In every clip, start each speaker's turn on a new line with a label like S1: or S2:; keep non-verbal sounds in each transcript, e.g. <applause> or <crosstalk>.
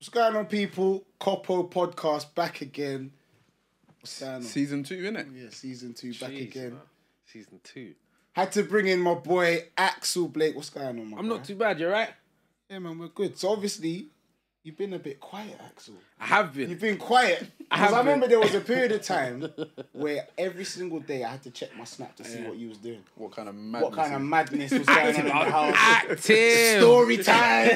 S1: Channel people, Coppo podcast back again. What's going on?
S2: Season two, innit?
S1: Yeah, season two back
S3: Jeez,
S1: again.
S3: man. Season two.
S1: Had to bring in my boy Axel Blake. What's going on, my
S3: I'm
S1: guy?
S3: not too bad, you're right.
S1: Yeah, man, we're good. So obviously, you've been a bit quiet, Axel.
S3: I have been.
S1: You've been quiet.
S3: have
S1: Because <laughs> I,
S3: been.
S1: remember there was a period <laughs> of time where every single day I had to check my snap to see what you was doing.
S2: What kind of madness?
S1: What kind of madness was Ah, going on <laughs> in the house?
S3: <laughs> Active.
S1: Story <laughs> time.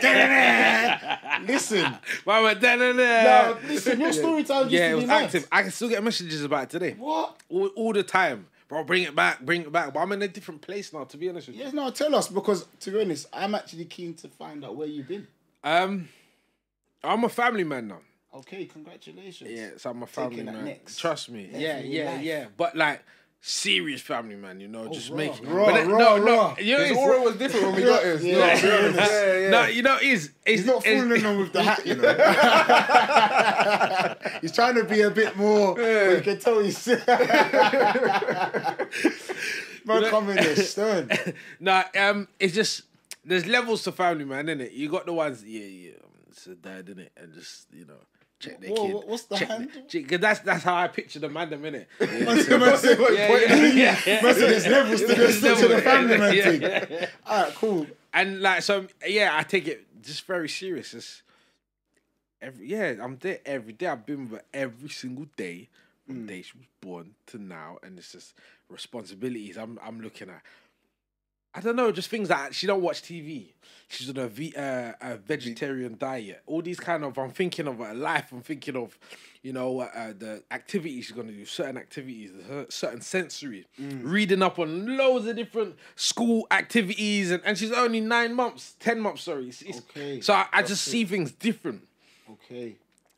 S1: listen,
S3: Mama, da, da, da.
S1: no, listen. <laughs> Your story time. used
S3: yeah, it
S1: to
S3: was
S1: be nice.
S3: active. I can still get messages about it today.
S1: What?
S3: All, all the time. Bro, bring it back, bring it back. But I'm in a different place now, to be honest with you.
S1: Yeah, no, tell us because to be honest, I'm actually keen to find out where you've been.
S3: Um, I'm a family man now.
S1: Okay, congratulations.
S3: Yeah,
S1: <laughs>
S3: so I'm a family
S1: Taking that
S3: man.
S1: next-
S3: Trust me. yeah,
S1: in
S3: yeah,
S1: life. Oh,
S3: yeah. But like serious family man, you know, just
S1: raw.
S3: make it.
S1: Raw,
S3: But then-
S1: raw,
S3: no, no,
S1: raw.
S3: You know,
S2: His
S3: it's-
S2: aura was different when we
S3: <laughs>
S2: got here.
S1: Yeah.
S2: Yeah, yeah. yeah, yeah.
S3: no, you know, it's, it's
S1: He's not
S3: it's-
S1: fooling them with the hat, you know.
S3: <laughs>
S1: he's trying to be a bit more. but You can tell
S3: <laughs>
S1: he's. Man, coming there stern. <laughs>
S3: No, um, it's just there's levels to family, man, innit? You got the ones, yeah, yeah, um, it's a dad, innit? And just, you know, check their
S1: Whoa,
S3: kid.
S1: wha- what's the
S3: check
S1: hand?
S3: their- check- 'cause that's, that's how I picture the man,
S1: <laughs>
S3: them, innit? Yeah, yeah,
S1: There's
S3: yeah, yeah, yeah.
S1: levels to this
S3: There's
S1: to the
S3: levels,
S1: family man
S3: yeah,
S1: thing.
S3: yeah,
S1: All right, cool.
S3: And like, so, yeah, I take it just very serious. It's every, yeah, I'm there every day. I've been with her every single day from
S1: Mm.
S3: the day she was born to now. And it's just responsibilities I'm, I'm looking at. I don't know, just things that she don't watch TV. She's on a, ve- uh, a vegetarian diet. All these kind of, I'm thinking of her life. I'm thinking of, you know, uh, the activities she's gonna do, certain activities, her- certain sensory,
S1: Mm.
S3: reading up on loads of different school activities, and, and she's only nine months, ten months, sorry. It's- it's-
S1: Okay,
S3: So I, I just see things different.
S1: Okay.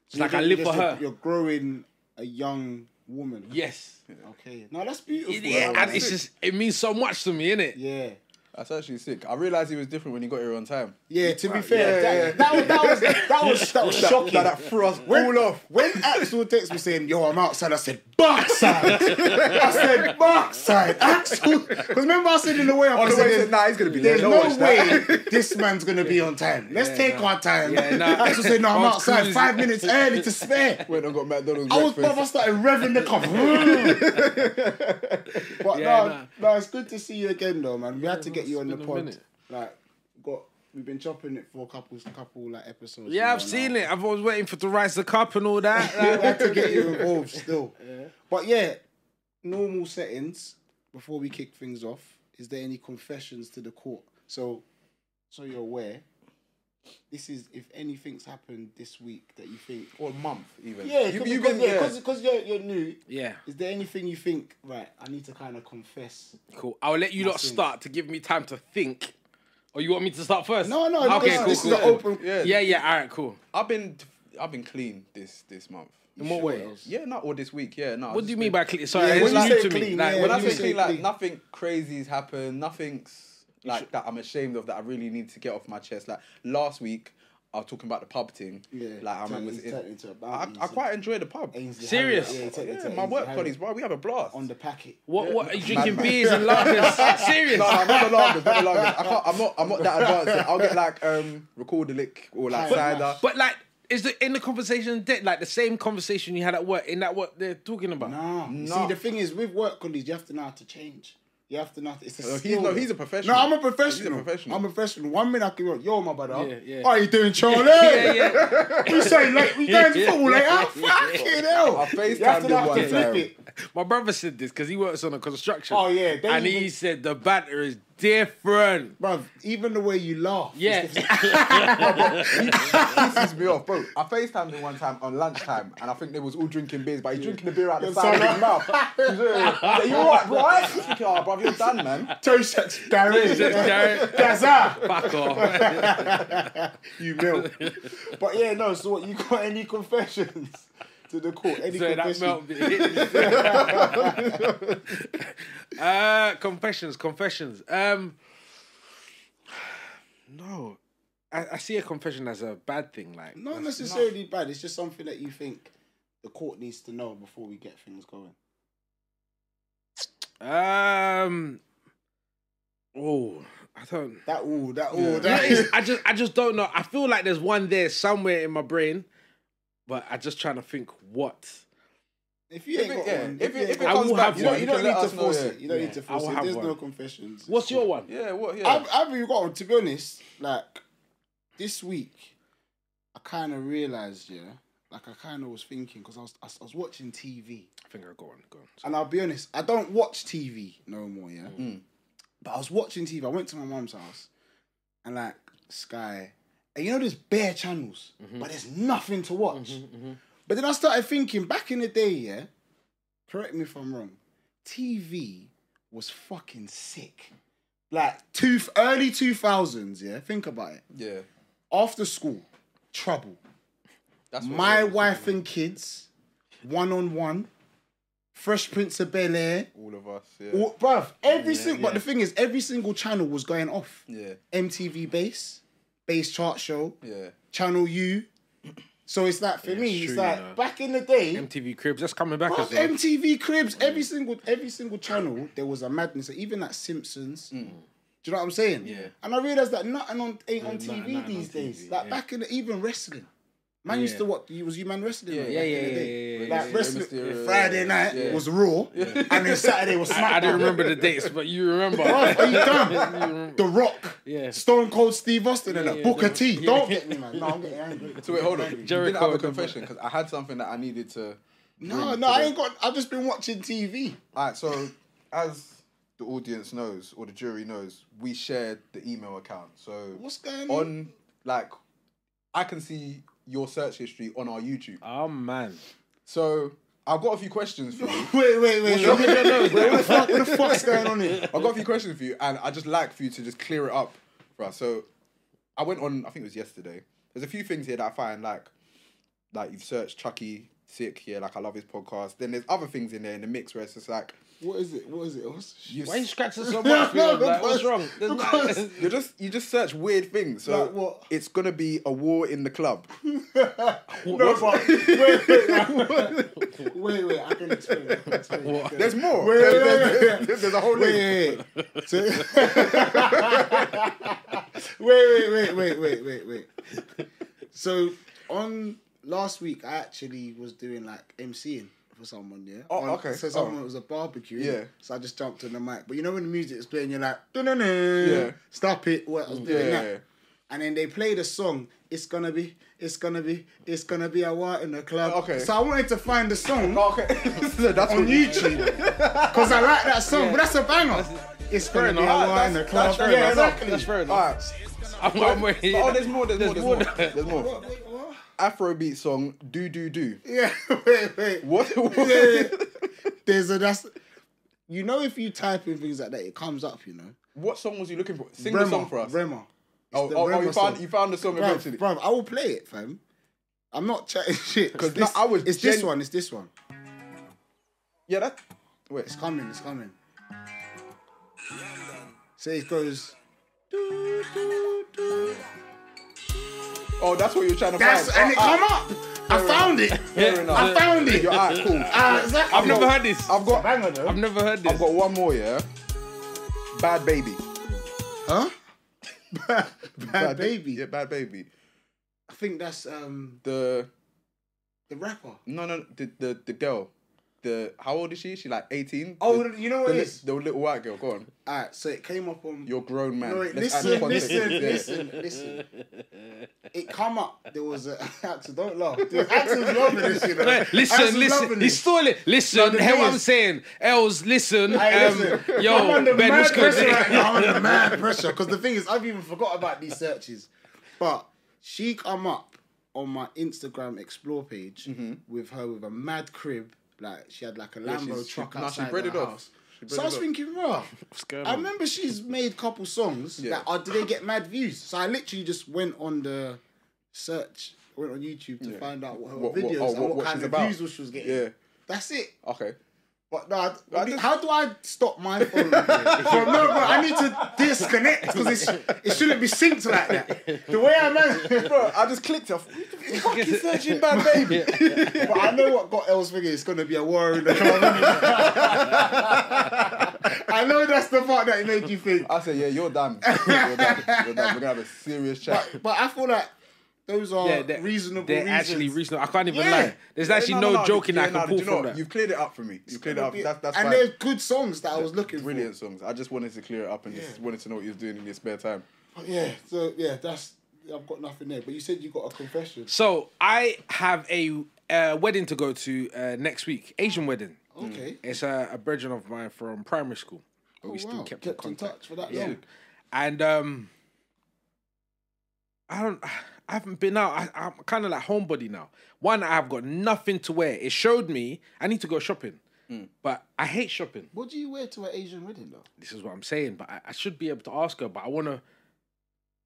S3: It's like I live for her.
S1: You're growing a young woman.
S3: Yes.
S1: Okay. No, that's beautiful.
S3: Yeah,
S1: man.
S3: and it's just it means so much to me, innit?
S1: Yeah.
S2: That's actually sick. I realised he was different when he got here on time.
S1: Yeah, to be fair, that, that was that
S2: <laughs>
S1: was that was shocking.
S2: That, that threw us
S1: when,
S2: all off.
S1: When Axel texted me saying, "Yo, I'm outside," I said,
S2: <laughs>
S1: "Barkside." I said, "Barkside." Axel, because remember I said in the way I
S2: On the way, he
S1: said,
S2: said, nah, he's going to be there.
S1: "There's
S2: Don't
S1: no
S2: watch that.
S1: way this man's gonna be on time. Let's take our time."
S3: Yeah, nah.
S1: Axel said, "No, I'm
S3: Man's
S1: outside.
S3: cruising.
S1: Five minutes early to spare."
S3: <laughs>
S2: Went and got McDonald's
S1: I was,
S2: breakfast.
S1: bruv, I started revving the car. <laughs> but
S3: Yeah,
S1: no,
S3: nah.
S1: no, it's good to see you again, though, man. We had to
S3: man,
S1: get you
S3: it's
S1: on the
S3: been a
S1: pod.
S3: minute.
S1: Like, got we've been chopping it for a couple, couple like episodes.
S3: Yeah,
S1: now,
S3: I've
S1: now.
S3: seen it. I've always waiting for to rise the cup and all that.
S1: <laughs> We had to get you
S3: <laughs>
S1: involved still. But yeah, normal settings. Before we kick things off, is there any confessions to the court? So, so you're aware. This is if anything's happened this week that you think.
S2: Or month, even.
S1: Yeah, you,
S2: you, you've
S1: because,
S2: been
S1: yeah,
S2: there.
S1: 'cause- 'cause you're, you're new.
S3: yeah,
S1: Is there anything you think, right, I need to kind of confess?
S3: cool. I'll let you lot
S1: sins.
S3: start to give me time to think. Or you want me to start first?
S1: No, no,
S3: Okay,
S1: this,
S3: cool,
S1: this
S3: cool.
S1: is an
S3: cool.
S1: open.
S2: Yeah,
S3: Yeah, yeah. All right, cool.
S2: I've been, I've been clean this this month.
S3: In what
S1: Sure
S3: way?
S1: else.
S2: Yeah, no, or this week. Yeah, no.
S3: What do you mean by clean? Sorry,
S1: Yeah,
S3: it's
S1: when you
S3: new
S1: say
S3: to me.
S1: clean,
S3: Like,
S1: yeah,
S2: When I
S1: you
S2: say
S1: say
S2: clean, like
S1: clean.
S2: nothing crazy's happened, nothing's like that I'm ashamed of that I really need to get off my chest. Like last week, I was talking about the pub thing.
S1: Yeah,
S2: like I
S1: turned-
S2: remember.
S1: he's turned into a
S2: I,
S1: bounty,
S2: I
S1: so-
S2: quite enjoy the pub.
S1: Ainsley
S3: Serious?
S1: Harriet, yeah, take it to
S2: Yeah, my
S1: Ainsley
S2: work
S1: Harriet.
S2: colleagues, bro, we have a blast.
S1: on the packet.
S3: what? What? Are you
S2: Mad
S3: drinking
S2: man.
S3: beers
S1: <laughs>
S3: and lagers? Serious?
S2: no, I'm not the longest, not the longest. I can't, I'm not. I'm not that advanced. yet. I'll get like um, record a lick or like
S1: But-
S2: cider.
S3: But like, is the in the conversation that- like the same conversation you had at work? In that what they're talking about?
S1: Nah. You See,
S2: Nah.
S1: the thing is, with work colleagues, you have to know how to change. You have to know. How to, it's a
S2: No, he's-
S1: skill.
S2: no, he's a professional.
S1: No, I'm a
S2: He's a
S1: professional.
S2: professional.
S1: I'm a professional. One minute I can be like, yo, my brother.
S3: Yeah, yeah.
S1: How you
S2: <laughs>
S1: doing, Charlie?
S3: Yeah, yeah.
S1: We say, like, we going to
S3: Yeah,
S1: football later? Fucking hell. You
S2: I
S1: have to
S2: FaceTimed
S1: know
S2: him
S1: how to
S2: one
S1: flip
S2: time.
S1: it.
S3: My brother said this because he works on a construction.
S1: Oh, yeah, they
S3: And he
S1: even-
S3: said the banter is different.
S1: Bruv, even the way you laugh. is
S3: Yeah.
S1: different.
S2: pisses me off, bro. I FaceTimed him one time on lunchtime, and I think they was all drinking beers, but he's drinking the beer out the
S1: Your
S2: side of
S1: son-
S2: his mouth. He's like, you alright, bro? I was thinking, oh, bro, you're done, man.
S1: Toe shots, Darren.
S3: Toe shots, Darren.
S1: Gaza. <laughs>
S3: Fuck off.
S1: You milk. But yeah, no, so what, you got any confessions to the court? Any
S3: So that
S1: confessions?
S3: melt <laughs> uh, confessions, confessions. Um, no, I, I see a confession as a bad thing. Like,
S1: Not necessarily bad. It's just something that you think the court needs to know before we get things going.
S3: um, oh, I don't.
S1: That all, that all,
S3: No,
S1: <laughs> that
S3: <laughs> it's-
S1: is.
S3: I just, I just don't know. I feel like there's one there somewhere in my brain But I just trying to think what
S1: If you
S2: If
S1: ain't
S2: it-
S1: got
S2: yeah,
S1: one,
S2: if it- if it
S1: I
S3: comes
S1: will
S3: back,
S1: have
S3: you
S1: one.
S3: can
S1: You don't need
S2: let
S1: to
S2: us know,
S1: force
S2: yeah.
S1: it. You don't
S3: Yeah,
S1: need to
S3: I
S1: force
S3: will
S1: it.
S3: have
S1: There's
S3: one.
S1: no confessions. It's
S3: What's
S1: cool.
S3: your one?
S2: Yeah, what? Yeah.
S1: I've, I've even got one. To be honest, like this week, I kind of realized, yeah, like I kind of was thinking because I was, I was I was watching TV,
S3: I think I got one. Go on.
S1: and I'll be honest, I don't watch TV no more, yeah. But I was watching TV. I went to my mum's house, and like Sky, and you know there's bare channels, but there's nothing to watch. But then I started thinking back in the day, yeah. Correct me if I'm wrong. TV was fucking sick. Like two early two thousands, yeah. Think about it.
S2: yeah.
S1: After school, trouble.
S2: That's what
S1: My
S2: it is.
S1: wife and kids, one on one, Fresh Prince of Bel Air.
S2: All of us. Yeah.
S1: Well, bruv, every single. But the thing is, every single channel was going off.
S2: yeah.
S1: MTV Base, Base Chart Show,
S2: Yeah.
S1: Channel U. So it's like for
S3: Yeah,
S1: me,
S3: it's
S1: it's
S3: true, you
S1: like
S3: know.
S1: back in the day,
S3: MTV Cribs. That's coming back
S1: bruv,
S3: as well.
S1: MTV Cribs. Every single every single channel, there was a madness. Even that Simpsons.
S3: Mm.
S1: Do you know what I'm saying?
S2: Yeah.
S1: And I realized that nothing on ain't on
S3: nothing-
S1: TV
S3: nothing on
S1: these days.
S3: TV,
S1: like
S3: yeah.
S1: back in the, even wrestling. Man used
S3: Yeah.
S1: to what? Was you man wrestling?
S2: Yeah,
S1: back
S2: yeah,
S1: in
S3: yeah,
S1: the day?
S3: yeah, yeah, yeah,
S1: Like
S2: yeah, yeah.
S1: wrestling.
S2: Mysterio,
S1: Friday night
S2: yeah.
S1: was Raw, and then Saturday was SmackDown.
S3: <laughs> I, I don't remember the dates, but you remember.
S1: Bruv, are you dumb? the Rock.
S3: Yeah.
S1: Stone Cold Steve Austin and
S3: Yeah,
S1: that.
S3: yeah,
S1: Booker
S3: yeah.
S1: T. Don't get me, man. No, I'm getting
S3: <laughs>
S1: angry.
S2: So wait, hold on. You didn't
S3: Jericho
S2: have a
S3: and-
S2: confession because I had something that I needed to.
S1: No, no, I ain't got. I've just been watching TV.
S2: All right. So as the audience knows or the jury knows, we shared the email account. So
S1: What's going on? <laughs>
S2: on like, I can see your search history on our YouTube.
S3: oh man.
S2: So I've got a few questions
S1: <laughs>
S2: for you.
S1: Wait, wait, wait.
S3: No, no,
S1: wait.
S3: no,
S1: What the
S3: no.
S1: fuck? What the fuck's going on
S3: <laughs>
S1: here?
S2: I've got a few questions for you, and I just like for you to just clear it up, right? So, I went on. I think it was yesterday. There's a few things here that I find like, like you've searched Chucky sick here. Like I love his podcast. Then there's other things in there in the mix where it's just like
S1: What is it? What is it? What's
S2: you.
S3: Why are you
S2: s-
S3: scratching
S2: <laughs>
S3: so much?
S1: No,
S3: Leon? Like, what's
S1: because-
S3: wrong? There's not-
S1: because-
S2: you just you just search weird things. So
S1: Like what?
S2: it's gonna be a war in
S1: <laughs>
S2: the club.
S1: No, but wait, wait, wait, wait, wait. I can explain. I can explain.
S3: What?
S2: There's more.
S1: Wait,
S2: there's,
S1: wait,
S2: there's-
S1: wait, wait.
S2: there's- there's a whole list.
S1: Wait, wait, wait. <laughs> So- wait, wait, wait, wait, wait, wait, wait. So on last week, I actually was doing like MCing for someone, yeah.
S2: Oh,
S1: On-
S2: okay.
S1: So someone
S2: Oh.
S1: was a barbecue,
S2: Yeah.
S1: So I just jumped on the mic, but you know when the music is playing, you're like, "Dun-dun-dun,
S2: Yeah.
S1: stop it. What I was doing
S2: Yeah.
S1: that. And then they played a song. It's gonna be, it's gonna be, it's gonna be a war in the club.
S2: Okay. Oh,
S1: So I wanted to find the song
S2: <laughs> Okay. so that's
S1: on
S2: what you-
S1: YouTube <laughs> because I like that song. But that's a banger. it's gonna be a
S3: enough.
S1: war in the
S2: That's-
S1: club.
S2: that's fair
S1: yeah,
S2: enough.
S1: exactly.
S3: That's fair
S2: All
S3: enough.
S2: right.
S3: <laughs> I'm, I'm waiting.
S2: Oh, there's more. There's, more. There's more.
S3: more.
S2: There's more.
S1: Wait, what?
S2: Afrobeat song. Do do do.
S1: Yeah, <laughs> wait, wait.
S2: What?
S1: Yeah, yeah. There's a that's. You know, if you type in things like that, it comes up. You know,
S2: <laughs> What song was you looking for? Sing
S1: Bremer,
S2: the song for us.
S1: Bremer. It's
S2: oh,
S1: the
S2: oh, oh,
S1: Bremer
S2: you found
S1: song.
S2: you found the song eventually.
S1: Bruv, bruv, I will play it, fam. I'm not chatting <laughs> shit. Because
S2: no, I was
S1: It's this
S2: gen-
S1: one. It's this one.
S2: Yeah, that. Wait.
S1: It's coming. It's coming. So it goes.
S2: Oh, that's what you're trying to
S1: That's
S2: find.
S1: and it
S2: oh,
S1: come up. I found it.
S2: Fair enough.
S1: I found it.
S2: You're alright, cool.
S1: Uh, exactly.
S3: I've never heard this.
S2: I've got
S1: Banger though.
S3: I've never heard this.
S2: I've got one more. Yeah. Bad baby.
S1: Huh? bad, bad, baby.
S2: Yeah, bad baby.
S1: I think that's um
S2: The
S1: the rapper.
S2: no no the the, the girl. The how old is she? She like eighteen.
S1: Oh,
S2: the,
S1: you know what
S2: the,
S1: it
S2: li-
S1: is?
S2: the little white girl. Go on.
S1: Alright, so it came up on
S2: You're a grown man.
S1: No, wait,
S2: Let's add
S1: listen,
S2: context.
S1: listen, listen,
S2: Yeah. <laughs>
S1: listen. It come up. There was a <laughs> actor. Don't laugh. There
S2: <laughs>
S1: was actors loving this, you know. Actors
S3: Listen, listen.
S1: loving
S3: He
S1: this.
S3: stole it. Listen,
S1: the
S3: hear
S1: thing
S3: what I'm
S1: is-
S3: saying. Els, listen.
S1: Hey,
S3: um,
S1: listen, I'm
S2: <laughs>
S3: Yo,
S1: under
S3: Ben,
S1: mad
S3: what's good?
S1: pressure right now. I'm under mad pressure because the thing is, I've even forgot about these searches. But she come up on my Instagram explore page
S2: Mm-hmm.
S1: with her with a mad crib. Like she had like a Lambo
S2: she's- she-
S1: truck
S2: nah, she
S1: outside
S2: bred
S1: her
S2: it off.
S1: house.
S2: She bred
S1: So I
S2: it
S1: was
S2: off.
S1: thinking,
S2: <laughs>
S1: raw.
S3: going
S1: I
S3: on?
S1: remember she's made couple songs
S2: Yeah.
S1: that are, did they
S2: <laughs>
S1: get mad views? So I literally just went on the search, went on YouTube to find out what her
S2: What- what-
S1: videos
S2: oh,
S1: and
S2: what-
S1: what,
S2: what
S1: kind
S2: she's
S1: of
S2: about.
S1: views she was getting.
S2: Yeah.
S1: That's it.
S2: Okay.
S1: But no, I, I mean,
S2: just-
S1: how do I stop
S3: <laughs>
S1: my phone? from, no, bro, I need to disconnect because it shouldn't be synced like that. The way I man,
S2: Bro, I just clicked off. Fucking <laughs> searching bad baby.
S1: but I know what got else figure. It's gonna be a war in the <laughs> club. innit? I know that's the part that made you think.
S2: <laughs> I said, yeah, you're done. You're done. You're done. We're gonna have a serious chat.
S1: But, but I feel like Those are
S3: Yeah, they're,
S1: reasonable
S3: They're
S1: reasons.
S3: actually reasonable. I can't even
S1: Yeah.
S3: lie. There's
S2: Yeah,
S3: actually
S2: no,
S3: no,
S2: no, no,
S3: joking
S2: yeah,
S3: I can
S2: no, do
S3: pull
S2: you know
S3: from
S2: what?
S3: that.
S2: You've cleared it up for me. You've cleared it up. That's that's
S1: and
S2: fine.
S1: they're good songs that I was looking
S2: Brilliant songs. I just wanted to clear it up and just wanted to know what he was doing in his spare time.
S1: for. But yeah, so yeah, that's I've got nothing there. But you said you got a confession.
S3: So I have a uh, wedding to go to uh, next week, Asian wedding.
S1: Okay.
S3: It's a, a brethren of mine from primary school. But we
S1: Oh,
S3: still
S1: wow.
S3: kept,
S1: Kept
S3: in
S1: in
S3: contact.
S1: touch for that
S3: yeah.
S1: long.
S3: And um, I don't. I haven't been out. I, I'm kind of like homebody now. One, I've got nothing to wear. It showed me I need to go shopping,
S1: Hmm.
S3: but I hate shopping.
S1: What do you wear to an Asian wedding though?
S3: This is what I'm saying. But I, I should be able to ask her. But I wanna.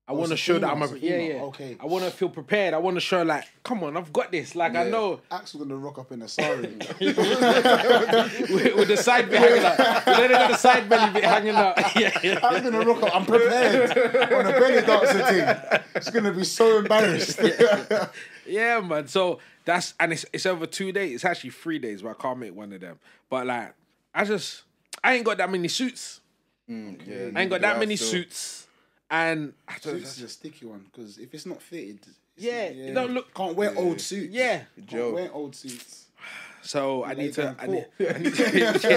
S3: I
S1: Oh,
S3: want to
S1: it's a
S3: show that
S1: female,
S3: I'm
S1: it's
S3: a
S1: a
S3: yeah
S1: female.
S3: yeah.
S1: Okay.
S3: I want to feel prepared. I want to show like, come on, I've got this. Like I
S2: Yeah.
S3: know <laughs>
S1: Axel gonna rock up in a sari.
S3: with, with the side bit hanging out. You know, they got the side belly bit hanging out. <laughs> yeah, yeah.
S1: I'm gonna rock up. I'm prepared on a belly dancer thing. It's gonna be so embarrassed.
S3: <laughs>
S1: <laughs>
S3: yeah, man. So that's and it's it's over two days. It's actually three days, but I can't make one of them. But like, I just I ain't got that many suits.
S2: Yeah,
S3: I ain't got
S2: yeah,
S3: that many
S2: so-
S3: suits, and I don't
S1: Suits is a sticky one because if it's not fitted, it's
S3: Yeah,
S1: not-
S3: it don't look-
S1: Can't wear old suits.
S3: yeah.
S1: can't
S2: Joe.
S1: wear old suits.
S3: So I
S1: Lay
S3: need to.
S1: down
S3: I need, I need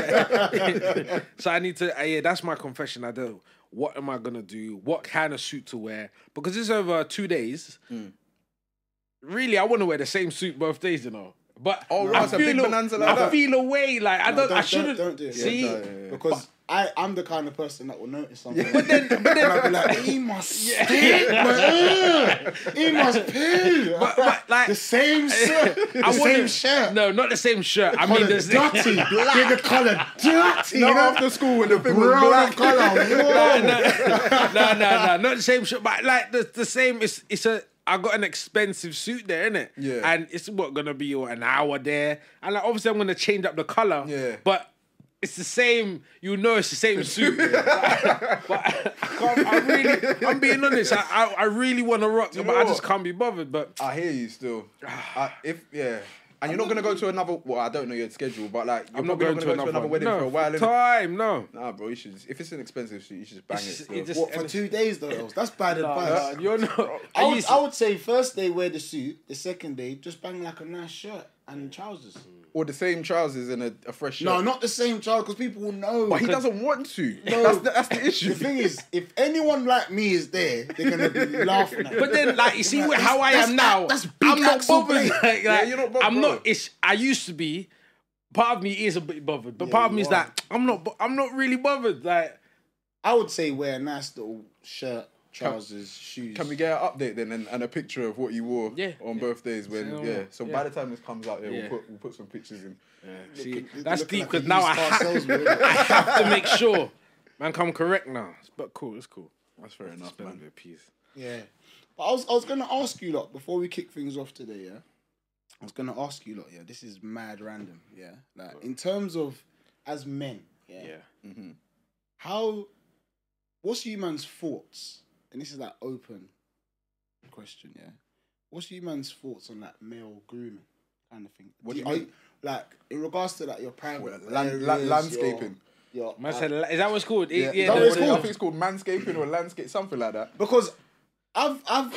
S3: to yeah. so I need to. Uh, yeah, that's my confession. I do. What am I gonna do? What kind of suit to wear? Because it's over two days. Hmm. Really, I want to wear the same suit both days, you know. But
S2: Oh,
S3: I
S2: right, it's a
S3: feel
S2: big bonanza like
S3: I
S2: that.
S3: feel away. Like I don't.
S1: don't-
S3: I
S1: don't-
S3: shouldn't.
S1: don't do it.
S3: See,
S2: Yeah, no, yeah, yeah.
S1: Because I, I'm the kind of person that will notice something.
S3: but then, but
S1: and I'll be
S3: then,
S1: like, he
S3: <laughs>
S1: must pay, man. He must pay.
S3: But- but, like-
S1: the same shirt, the same
S3: wouldn't-
S1: shirt.
S3: No, not the same shirt. I mean,
S1: Colour
S3: there's
S1: dirty. <laughs> Black. the colour dirty.
S2: No,
S1: you know?
S2: after school when the thing was
S1: Brown <laughs>
S2: black.
S1: colour.
S3: no,
S1: Whoa.
S3: <laughs> no, no, no, no, not the same shit. But like the the same. It's it's a. I got an expensive suit there, innit?
S2: Yeah.
S3: And it's what gonna be what, an hour there, and like obviously I'm gonna change up the color.
S2: Yeah.
S3: But it's the same. You know, it's the same suit. <laughs> but I, can't. I really. I'm being honest. I I, I really want to rock, but
S2: know
S3: I just
S2: what?
S3: can't be bothered. But
S2: <laughs> I hear you still. I, if yeah, and you're not gonna go to another. Well, I don't know your schedule, but like you're
S3: I'm not
S2: probably
S3: going to another, one.
S2: wedding
S3: no,
S2: for a while. innit?
S3: Time no.
S2: Nah, bro, you should. Just, if it's an expensive suit, you should just bang
S3: It's just-
S2: it. bro.
S3: it just-
S1: What, for two days though, Else? that's bad
S3: Uh,
S1: advice.
S3: you're not.
S1: I would, I would say first day wear the suit, the second day just bang like a nice shirt and trousers.
S2: or the same trousers and a, a fresh shirt.
S1: No, not the same child because people will know.
S2: But he doesn't want to. That's, the, that's the issue.
S1: The thing is, if anyone like me is there, they're gonna be <laughs> laughing. At me.
S3: But then, like, you see
S1: Like,
S3: wh- how I
S1: that's-
S3: am
S1: that's-
S3: now.
S1: that's big
S3: I'm not
S1: Axel <laughs>
S3: bothered.
S1: Blake.
S3: Like,
S2: Yeah,
S3: like,
S2: you're not bothered,
S3: I'm
S2: bro.
S3: not. It's. I used to be. Part of me is a bit bothered, but
S1: Yeah,
S3: part of
S1: you
S3: me is
S1: are.
S3: like, I'm not. bo- I'm not really bothered. Like,
S1: I would say wear a nice little shirt, trousers, shoes.
S2: Can we get an update then and, and a picture of what you wore
S3: Yeah.
S2: on both days? When
S3: So,
S2: yeah, so
S3: yeah.
S2: by the time this comes out, yeah,
S3: Yeah.
S2: we'll put we'll put some pictures in.
S3: see,
S1: You're
S3: that's
S1: looking
S3: deep
S1: like a
S3: because now I
S1: used car
S3: have,
S1: salesman,
S3: I
S1: innit?
S3: have to make sure. <laughs> Man, come correct now. But cool, it's cool.
S2: That's fair enough,
S3: Spend a
S2: man.
S3: bit of peace.
S1: yeah. But I was I was gonna ask you lot before we kick things off today. Yeah, I was gonna ask you lot. Yeah, this is mad random. Yeah, like in terms of as men. yeah.
S3: Yeah.
S2: Mm-hmm.
S1: how what's you man's thoughts and this is like open question yeah what's you man's thoughts on like male grooming kind of thing
S2: What do you
S1: are
S2: mean?
S1: like in regards to like your private
S2: Well, land-
S1: areas,
S2: la-
S1: your-
S2: landscaping.
S1: your,
S3: Man said, is that what's called? Yeah, yeah,
S2: Is that
S1: no,
S2: what
S1: it's
S2: it is? I
S1: called-
S2: think it's called manscaping or landscape, something like that.
S1: because I've I've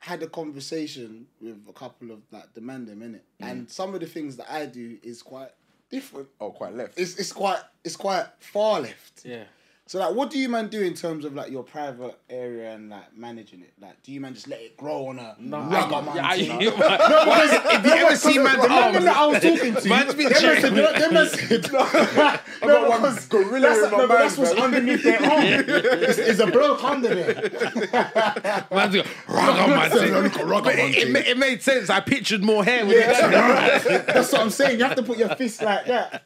S1: had a conversation with a couple of like the man them in it and some of the things that I do is quite different
S2: Oh, quite left.
S1: it's it's quite it's quite far left
S3: yeah.
S1: So like, what do you man do in terms of like your private area and like managing it? Like, do you man just let it grow on a no, rubber man?
S3: Yeah, I-
S1: thing?
S3: no, <laughs> because if you ever see man's
S1: the man
S3: arms,
S1: that I
S3: <laughs>
S1: was <laughs> talking to, they
S3: Man's
S1: must
S3: been
S1: have
S3: chewing.
S1: they must <laughs> have
S2: I got
S1: no,
S2: one
S1: because
S2: gorilla
S1: that's,
S2: in my
S1: no, but
S2: mind,
S1: that's what's
S2: bro.
S1: underneath their arm. It's, it's a bloke under there.
S3: man's going,
S1: <laughs>
S3: ragamuffin. But it, it, ma- it made sense. I pictured more hair with it.
S1: That's what I'm saying. You have to put your fist like that,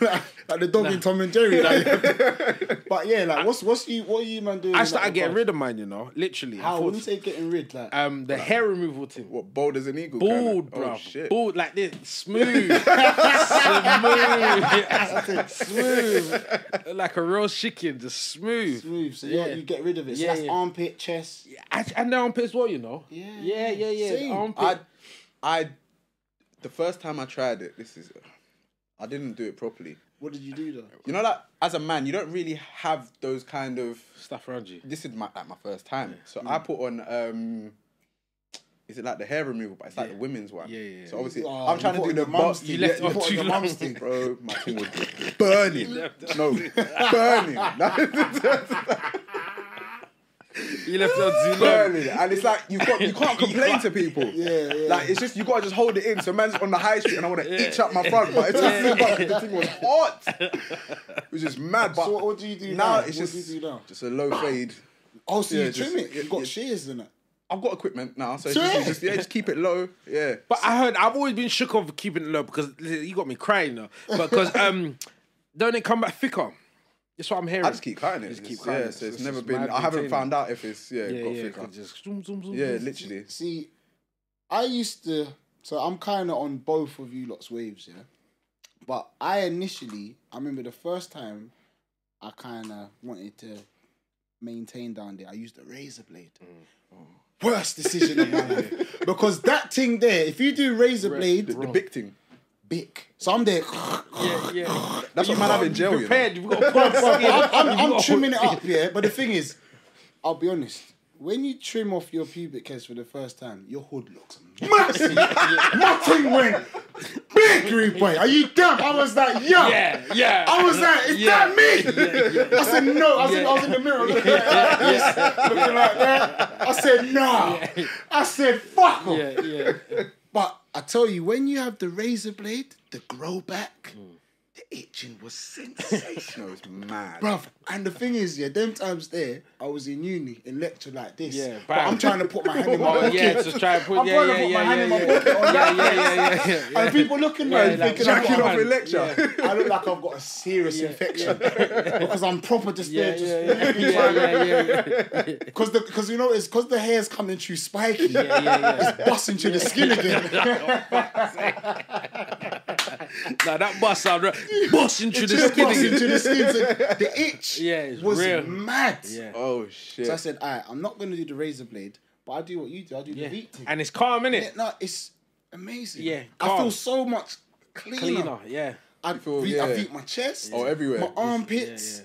S1: like, like the dog in Tom and Jerry. <laughs> Like, but yeah, like, what's what's you what are you man doing?
S3: I
S1: in
S3: started
S1: that
S3: getting
S1: regard?
S3: rid of mine, you know, literally.
S1: How? When you
S3: unfortunately.
S1: say getting rid, like,
S3: Um, the hair removal thing.
S2: what bold as an eagle? kinda?
S3: Bald, bro.
S2: Oh, shit.
S3: Bald like this,
S2: <laughs>
S3: smooth, smooth, smooth, like a real chicken, just smooth.
S1: smooth, so yeah.
S3: Yeah.
S1: you get rid of it. So
S3: Yeah,
S1: that's
S3: yeah.
S1: armpit, chest.
S3: And and the armpit as well, you know.
S1: Yeah.
S3: yeah, yeah, yeah.
S1: Same.
S3: Armpit.
S2: I, I, the first time I tried it, this is, uh, I didn't do it properly.
S1: What did you do though?
S2: You know that as a man, you don't really have those kind of.
S3: stuff around you. Mm.
S2: This is my like my first time, so I put on um, Is it like the hair removal? But it's like
S3: Yeah.
S2: the women's one.
S3: Yeah, yeah, yeah.
S2: So obviously,
S1: Oh,
S2: I'm
S1: you
S2: trying to
S1: put
S2: do
S1: in
S2: the
S1: the mum's
S2: mum's
S1: thing.
S2: thing.
S3: You left off
S2: put in
S3: too
S2: the
S3: long.
S2: mum's
S1: <laughs>
S2: thing, bro. My thing was burning. No,
S3: <laughs>
S2: burning.
S3: You left out too
S2: <laughs>
S3: long.
S2: burning. And it's like you got
S3: <laughs>
S2: you can't complain to people.
S1: Yeah, yeah.
S2: Like it's just you gotta just hold it in. So man's on the high street and I wanna itch up my front, but it's just <laughs> the thing was hot. It
S3: <laughs>
S2: was just mad. But
S1: so what, what do you do now?
S2: now it's
S1: what
S2: just
S1: do you do now?
S2: just a low fade.
S1: Oh, so
S2: Yeah,
S1: you
S2: just-
S1: trim it. You got
S2: yeah.
S1: shears in it.
S2: I've got equipment now, so it's just, it's just yeah, just keep it low. Yeah.
S3: But I heard I've always been shook off keeping it low because listen, you got me crying now. But
S2: <laughs>
S3: because um, don't it come back thicker? That's what I'm hearing.
S2: I just keep cutting it.
S3: Just keep
S2: It's-
S3: cutting
S2: yeah,
S3: it.
S2: so it's
S3: It's
S2: never
S3: just
S2: been
S3: mad
S2: I haven't
S3: maintaining.
S2: found out if it's yeah,
S3: yeah,
S2: got
S3: yeah,
S2: thicker.
S3: 'cause just zoom, zoom, zoom.
S2: Yeah,
S3: zoom.
S2: literally.
S1: See, I used to. So I'm kind of on both of you lot's waves, yeah. But I initially, I remember the first time I kind of wanted to maintain down there. I used a razor blade. Worst decision of my life because that thing there. If you do razor blade,
S2: The big thing.
S1: bick. So I'm there. <laughs>
S3: Yeah, yeah.
S2: That's what <laughs> man have in jail, you know.
S3: Prepared. You've got to put
S1: Bro, I'm,
S2: <laughs>
S1: I'm-
S3: You
S1: I'm
S3: got-
S1: trimming
S3: <laughs>
S1: it up, yeah. But the thing is, I'll be honest. When you trim off your pubic hairs for the first time, your hood looks
S3: <laughs>
S1: massive. Nothing went big, green boy. Are you dumb? I was like, yo.
S3: Yeah, yeah.
S2: Oh.
S1: I was like, is
S3: Yeah.
S1: that me? I said, no. I was, in, I was in the mirror looking like that. Looking like that. I said, nah. I said, fuck 'em.
S3: Yeah, yeah.
S1: But I tell you, when you have the razor blade, the grow back,
S3: Mm.
S1: the itching
S3: <laughs>
S1: was sensational.
S2: No, it's mad.
S1: Bruv, and the thing is, yeah, them times there, I was in uni in lecture like this.
S3: Yeah,
S1: but I'm
S3: bam.
S1: trying to put my hand in my
S3: <laughs> Oh,
S1: pocket.
S3: yeah, just try and put.
S1: I'm
S3: yeah,
S1: trying
S3: yeah,
S1: to put
S3: yeah,
S1: my hand in
S3: yeah,
S1: my
S3: yeah.
S1: pocket. on
S3: Yeah,
S1: that.
S3: yeah, yeah, yeah, yeah.
S1: And people looking
S3: Yeah,
S1: at me
S3: like,
S1: thinking
S3: jacking
S1: I've
S2: Jacking
S1: got-
S2: off in lecture.
S1: I look like I've got a serious infection <laughs> because I'm proper just
S3: Yeah,
S1: <laughs> there,
S3: yeah,
S1: just
S3: yeah,
S1: <laughs>
S3: yeah, yeah, yeah, yeah.
S1: because the because you know it's because the hair's coming through spiky,
S3: Yeah, yeah,
S1: it's busting through the skin
S3: <laughs>
S1: again.
S3: Now that bus sound right. bust into the
S1: Just busting
S3: skin.
S1: through the skin. The itch
S3: <laughs> Yeah, it's
S1: was
S3: real.
S1: mad.
S3: Yeah.
S2: Oh shit.
S1: So I said, all right, I'm not going to do the razor blade, but I do what you do. I do the
S3: Yeah.
S1: beat thing.
S3: <laughs> And it's calm, innit?
S1: Yeah, no, it's amazing.
S3: Yeah,
S1: I feel
S3: calm.
S1: so much cleaner.
S3: Cleaner, yeah.
S1: I
S2: feel-
S1: feel, I
S2: yeah.
S1: beat my chest.
S2: Oh, everywhere.
S1: My
S2: It's-
S1: armpits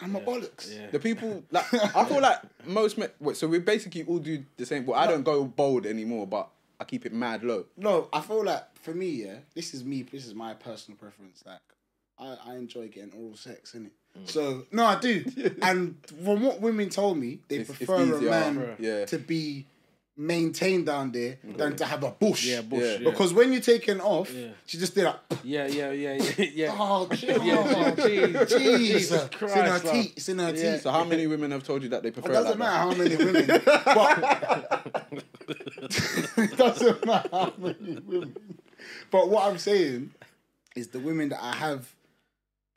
S1: and my bollocks.
S3: yeah.
S2: The people like I feel like most men. Wait, so we basically all do the same. Well, I don't go bold anymore, but I keep it mad low.
S1: No, I feel like for me, yeah, this is me. This is my personal preference. Like, I, I enjoy getting oral sex in it.
S3: Mm.
S1: So no, I <laughs> do. and from what women told me, they
S2: It's- it's
S1: prefer a
S2: easier,
S1: man
S2: yeah.
S1: to be maintained down there than to have a bush.
S3: Mm. Yeah, bush.
S2: Yeah.
S3: Yeah.
S1: Because when you're taking off,
S3: Yeah.
S1: she just did like,
S3: yeah, yeah, yeah, yeah,
S1: <laughs>
S3: yeah.
S2: <laughs>
S1: oh,
S3: Yeah, jeez.
S1: Jesus, it's in her
S3: Christ, love.
S1: teeth. It's in her
S3: Yeah.
S1: teeth.
S2: So how many women have told you that they prefer?
S1: It doesn't
S2: like
S1: matter
S2: that?
S1: how many women.
S2: <laughs>
S1: But it <laughs> doesn't matter how many women. But what I'm saying is the women that I have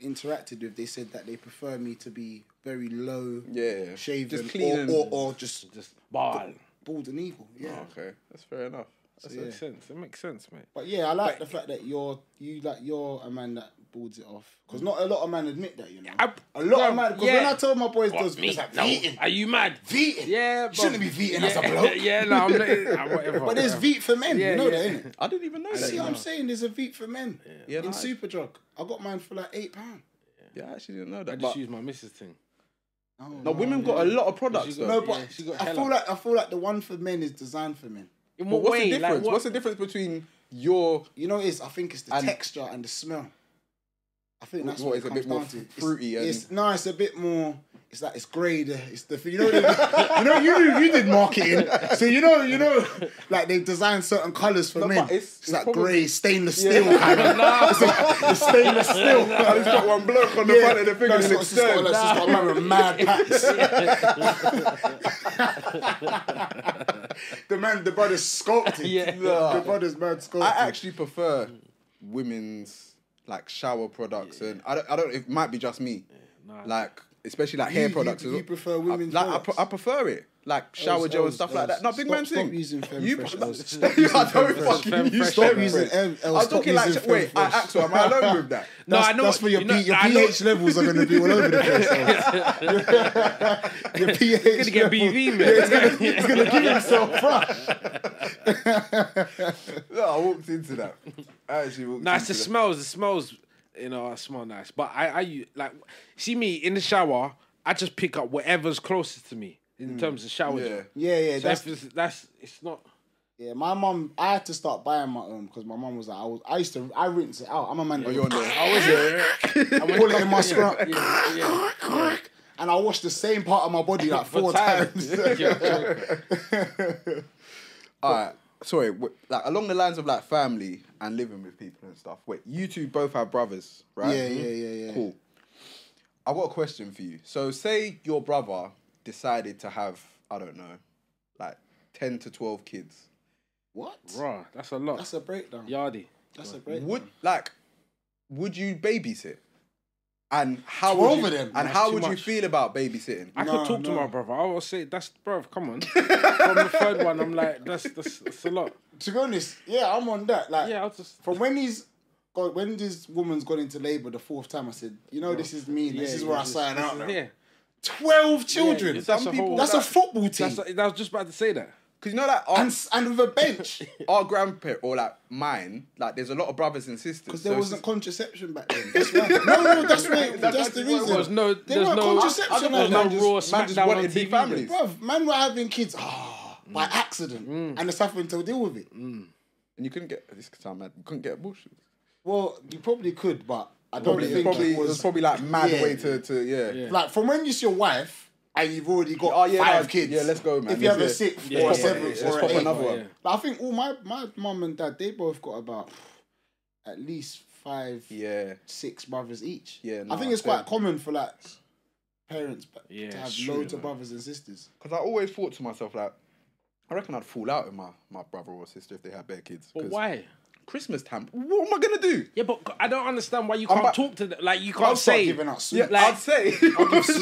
S1: interacted with, they said that they prefer me to be very low,
S2: Yeah.
S1: shaven,
S2: Just clean
S1: or,
S2: and-
S1: or, or just
S3: Just ball.
S1: bald and evil. Yeah.
S2: Oh, okay, that's fair enough.
S3: That
S1: yeah.
S3: makes sense. It makes sense, mate.
S1: But yeah, I like the fact that you're you like you're a man that balls it off because not a lot of men admit that you know.
S3: I-
S1: A lot of
S3: bruv,
S1: men because
S3: yeah.
S1: when I tell my boys does,
S3: Me?
S1: it's like
S3: No.
S1: vegan,
S3: Are you mad?
S1: vegan.
S3: Yeah,
S1: you shouldn't be vegan
S3: yeah,
S1: as a bloke.
S3: <laughs> yeah, no, I'm
S1: <laughs>
S3: not. I'm whatever.
S1: But there's
S3: whatever.
S1: Veet for men,
S3: Yeah,
S1: you know
S3: yeah.
S1: that, innit?
S2: I didn't even know that.
S1: See
S2: you
S1: what I'm
S2: know.
S1: saying? There's a Veet for men
S2: Yeah,
S1: in
S2: nice.
S1: Superdrug. I got mine for like eight pounds.
S2: Yeah, I actually didn't know
S3: I
S2: that.
S3: just
S2: But
S3: use my missus thing.
S2: no, women got a lot of products.
S3: got-
S2: Though.
S1: No,
S3: Yeah,
S1: but
S3: she got
S1: I
S3: hella.
S1: feel like I feel like the one for men is designed for men.
S3: In
S2: but
S3: what
S2: what's
S3: way?
S2: the difference?
S3: Like, what-
S2: What's the difference between your
S1: You know, what it is I think it's the
S2: And-
S1: texture and the smell. I think that's
S2: What,
S1: what,
S2: it's
S1: it
S2: a
S1: comes
S2: bit more
S1: down to. It's-
S2: fruity and-
S1: It's, no, it's a bit more. It's like it's grader. It's the you
S2: <laughs>
S1: know you know you do, you did marketing, so you know you know like they designed certain colors for
S2: No,
S1: men.
S2: but it's-
S1: It's,
S2: it's
S1: like
S2: probably-
S1: grey stainless steel kind
S2: <laughs>
S1: of. It's like the stainless steel.
S2: and it's got one bloke on the front of the
S1: No,
S2: finger
S1: it's
S2: and
S1: got-
S2: it's
S1: it's got-
S2: stern.
S1: it's got a lot of mad packs. <laughs>
S2: <laughs>
S1: the man, the brother's sculpted.
S3: Yeah.
S1: the brother's mad sculpted.
S2: I actually prefer women's like shower products, and I don't, I don't. It might be just me, like especially like hair
S1: you-
S2: products.
S1: you
S2: as well.
S1: prefer women's
S2: I, like, I,
S1: products?
S2: pre- I prefer it, like shower
S1: was- I
S2: gel and
S1: was-
S2: stuff
S1: I
S2: like
S1: was-
S2: that. No, big
S1: stop-
S2: man
S1: stop
S2: thing.
S1: using Femme
S2: you
S1: Fresh. <laughs>
S2: pre-
S1: I was-
S2: <laughs> I don't
S1: <laughs>
S2: fucking
S3: Femme Fresh.
S2: use Femme
S3: Stop
S2: Fresh.
S1: using F- I
S2: I
S1: was
S2: was
S1: stop
S2: talking like
S1: using Femme
S2: wait, I,
S1: Fresh. <laughs>
S2: Axel, am I alone with that?
S3: No,
S1: that's,
S3: I know
S1: that's
S3: what-
S1: where your,
S3: you know-
S1: P- your
S3: I know-
S1: pH levels are going to be all over the place. <laughs> though. your pH
S3: Gonna get
S1: level- <laughs>
S3: BV, man.
S1: He's going to give himself rush.
S2: No, I walked into that. I actually walked
S3: No,
S2: into
S3: it's the
S2: that.
S3: smells. The smells, you know, I smell nice. But I, I u- like, see me in the shower. I just pick up whatever's closest to me in terms of shower.
S2: Yeah.
S3: gel.
S1: Yeah, yeah.
S3: So
S1: That's,
S3: that's, that's it's not.
S1: Yeah, my mum. I had to start buying my own because my mum was like, I was. I used to. I rinse it out. I'm a man.
S2: Oh, you're on there.
S1: <laughs> I was there.
S3: I
S1: Pull it in my scrap.
S3: Yeah, yeah.
S1: and I washed the same part of my body like
S3: For
S1: four
S3: time.
S1: <laughs>
S3: <laughs>
S1: times.
S3: You're
S2: <laughs>
S3: joking.
S2: All right. Sorry, w- like along the lines of like family and living with people and stuff. Wait, you two both have brothers, right?
S1: Yeah, yeah, yeah, yeah.
S2: Cool. I got a question for you. So, say your brother decided to have, I don't know, like ten to twelve kids.
S1: what?
S3: Bruh, that's a lot.
S1: That's a breakdown.
S3: Yardy.
S1: That's a breakdown.
S2: Would like, would you babysit? And how
S1: Twelve
S2: would you,
S1: of them?
S2: And
S1: That's
S2: how
S3: too
S2: would you
S3: much.
S2: feel about babysitting?
S3: I
S1: No,
S3: could talk
S1: no.
S3: to my brother. I will say that's bro. Come
S2: <laughs>
S3: on. From the third one, I'm like that's that's, that's a lot.
S1: To be honest, yeah, I'm on that. Like,
S3: Yeah, I'll just.
S1: from when he's got, when this woman's gone into labor the fourth time, I said, you know, this is mean. this
S3: yeah,
S1: is where I
S3: this-
S1: sign
S3: this
S1: out.
S3: is-
S1: now.
S3: Yeah,
S1: Twelve children.
S3: yeah,
S1: that's,
S3: that's
S2: Some
S3: a
S2: people-
S3: whole.
S1: a football team
S3: that's a- I was just about to say that.
S2: Because you know that our,
S1: and s- and with a
S3: <laughs>
S1: bench
S2: our grandparent or like mine, like there's a lot of brothers and sisters.
S1: because there
S2: so it's
S1: wasn't contraception back
S3: <laughs>
S1: then. That's why. No, no, that's why.
S2: That's
S1: That's the
S2: actually what it
S1: reason.
S3: There was no.
S1: They
S3: there's
S1: weren't
S3: no.
S1: contraception
S3: I think there was
S1: on
S3: no
S1: that.
S3: raw
S2: just- man just
S3: smackdown on
S2: wanted big
S3: TV.
S2: families.
S3: then.
S1: Bruv, man were having kids ah
S3: Mm.
S1: by accident and it's suffering to deal with it.
S2: And you couldn't get this time, man. You couldn't get abortions.
S1: Well, you probably could, but I don't
S2: Probably,
S1: think
S2: probably,
S1: it was.
S2: probably like mad
S1: yeah.
S2: way to, to yeah.
S1: Like from when it's your wife and you've already got
S2: Oh, yeah,
S1: five
S2: no,
S1: kids.
S2: yeah, let's go, man.
S1: If you have a
S2: Let's- yeah.
S1: sixth
S3: Yeah,
S1: or a
S3: yeah, yeah,
S1: seventh or
S3: yeah,
S2: let's
S1: an
S2: pop
S1: eighth,
S2: another one.
S3: yeah.
S1: Like, I think all my my mum and dad they both got about at least five,
S2: Yeah.
S1: six brothers each.
S2: Yeah,
S1: I
S2: no,
S1: think it's
S2: I
S1: quite
S2: think-
S1: common for like parents but
S3: Yeah,
S1: to have
S3: it's true,
S1: loads of
S3: man.
S1: brothers and sisters.
S2: Because I always thought to myself, like, I reckon I'd fall out with my, my brother or sister if they had bare kids.
S3: But
S2: 'Cause
S3: why?
S2: Christmas time. What am I going to do?
S3: Yeah, but I don't understand why you can't
S2: about-
S3: talk to them. Like you
S1: I'll
S3: can't
S1: start
S3: say.
S1: giving out soup.
S3: Like-
S2: I'd say.
S3: <laughs>
S2: <laughs>